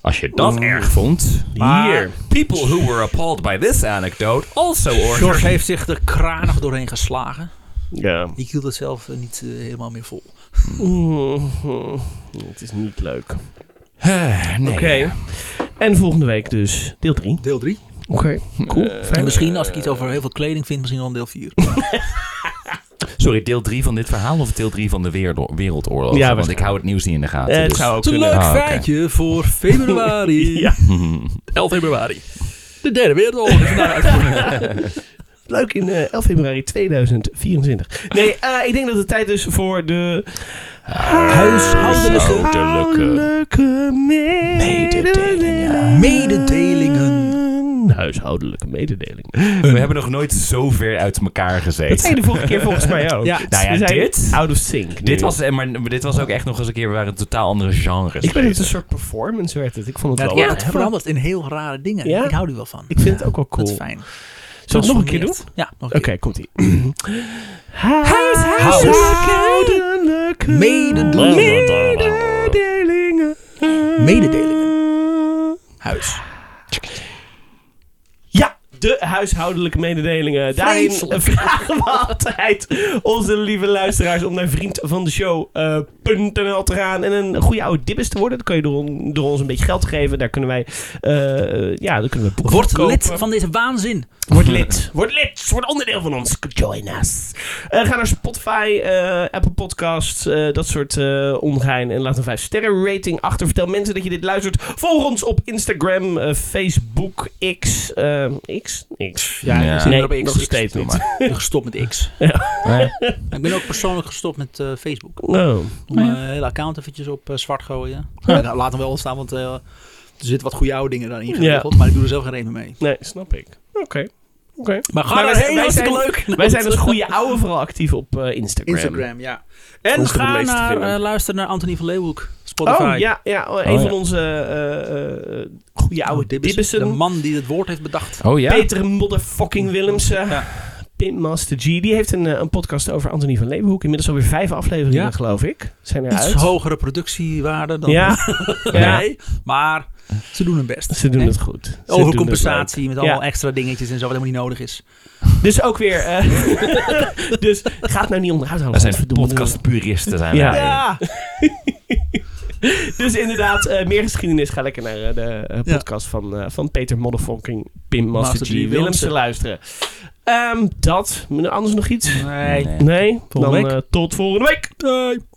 Als je dat Oeh. erg vond. Maar- Hier. People who were appalled by this anecdote also ordered. George heeft zich er kranig doorheen geslagen. Ja. Ik hield het zelf eh, niet eh, helemaal meer vol. Mm-hmm. Het is niet leuk. Oké. Eh, nee. En volgende week dus deel Eh, 3. Deel 3. Oké. Cool. En misschien, als ik iets over heel veel kleding vind, misschien wel een deel 4. Sorry, deel 3 van dit verhaal of deel 3 van de wereld- wereldoorlog? Ja, Want ik hou het nieuws niet in de gaten. Eh, het dus- zou ook Het is een kunnen. leuk Ah, oké. feitje voor februari. Ja. 11 februari. De derde wereldoorlog is vandaag uitgevoerd. Leuk in eh, 11 februari 2024. Nee, eh, ik denk dat het tijd is voor de... Huishoudelijke Huishoudelijke mededelingen. Mededelingen. Huishoudelijke mededelingen. We hebben nog nooit zo ver uit elkaar Dat zei gezeten. je de vorige keer volgens mij ook. Ja. Nou ja, We zijn dit- Out of sync. nu. Dit was, eh, maar dit was ook echt nog eens een keer waar een totaal andere genre Ik ben het een soort performance werd het. Ik vond het Ja, wel. het leuk. wordt veranderd in heel rare dingen. Ja? Ik hou er wel van. Ik vind het ook wel cool. Dat is fijn. Zullen we het nog een keer doen? Ja, nog Oké, een keer. komt ie. Huishoudelijke Mededelingen. mededelingen. Mededelingen. Huis. Ja, de huishoudelijke mededelingen. Daarin Vreselijk. vragen we altijd onze lieve luisteraars om naar vriend van de eh, show.nl te gaan en een goede oude dibbes te worden. Dan kun je door, on- door ons een beetje geld te geven. Daar kunnen wij, eh, ja, daar kunnen we boeken Word kopen. lid van deze waanzin. Word lid. Word lid. Word onderdeel van ons. Join us. Eh, ga naar Spotify, eh, Apple Podcasts, eh, dat soort eh ongein. En laat een 5 sterren rating achter. Vertel mensen dat je dit luistert. Volg ons op Instagram, eh, Facebook, X. eh, X? X? Niks. Ja, Ja. ik zit Nee, weer op X. nog steeds Ik- niet. Ik ben gestopt met X. Nee. Ik ben ook persoonlijk gestopt met eh, Facebook. Oh. Om mijn hele account eventjes op eh, zwart gooien. Huh. Ja, nou, laat hem wel ontstaan, want eh, er zitten wat goede oude dingen dan ingewikkeld. Ja. Maar ik doe er zelf geen reden mee. Nee, snap ik. Oké. Oké. Maar ga Maar wij daarheen, zijn- wij hartstikke zijn- leuk. Wij zijn als goede ouwe vooral actief op eh, Instagram. Instagram, ja. En Ons goed ga lezen te naar, vinden. eh, luister naar Anthony van Leeuwenhoek. Spotify. Oh ja, ja oh, een Oh, van ja. onze eh, eh, goede oude Oude Oh, Dibbissen. Dibbissen. De man die het woord heeft bedacht. Oh ja? Peter motherfucking Willemsen. Ja. Pim Master G. Die heeft een, eh, een podcast over Anthony van Leeuwenhoek. Inmiddels alweer vijf afleveringen, Ja. geloof ik. Zijn Iets eruit. hogere productiewaarde dan Ja, ja. Nee, maar ze doen hun best. Ze doen Hè? het goed. Ze Oh, doen het dus leuk. Overcompensatie met allemaal Ja. extra dingetjes en zo, wat helemaal niet nodig is. Dus ook weer. eh, dus ga het nou niet onderuit halen. Wij zijn godverdomme. podcastpuristen, zijn Ja. wij. Ja! Dus inderdaad, eh, meer geschiedenis. Ga lekker naar eh, de eh, Ja. podcast van, eh, van Peter Motherfucking Pim Master, Master G. G. Willemsen Willemsen. luisteren. Ehm, dat. Anders nog iets? Nee. Nee. Nee? Volgende Dan week. eh, tot volgende week. Doei.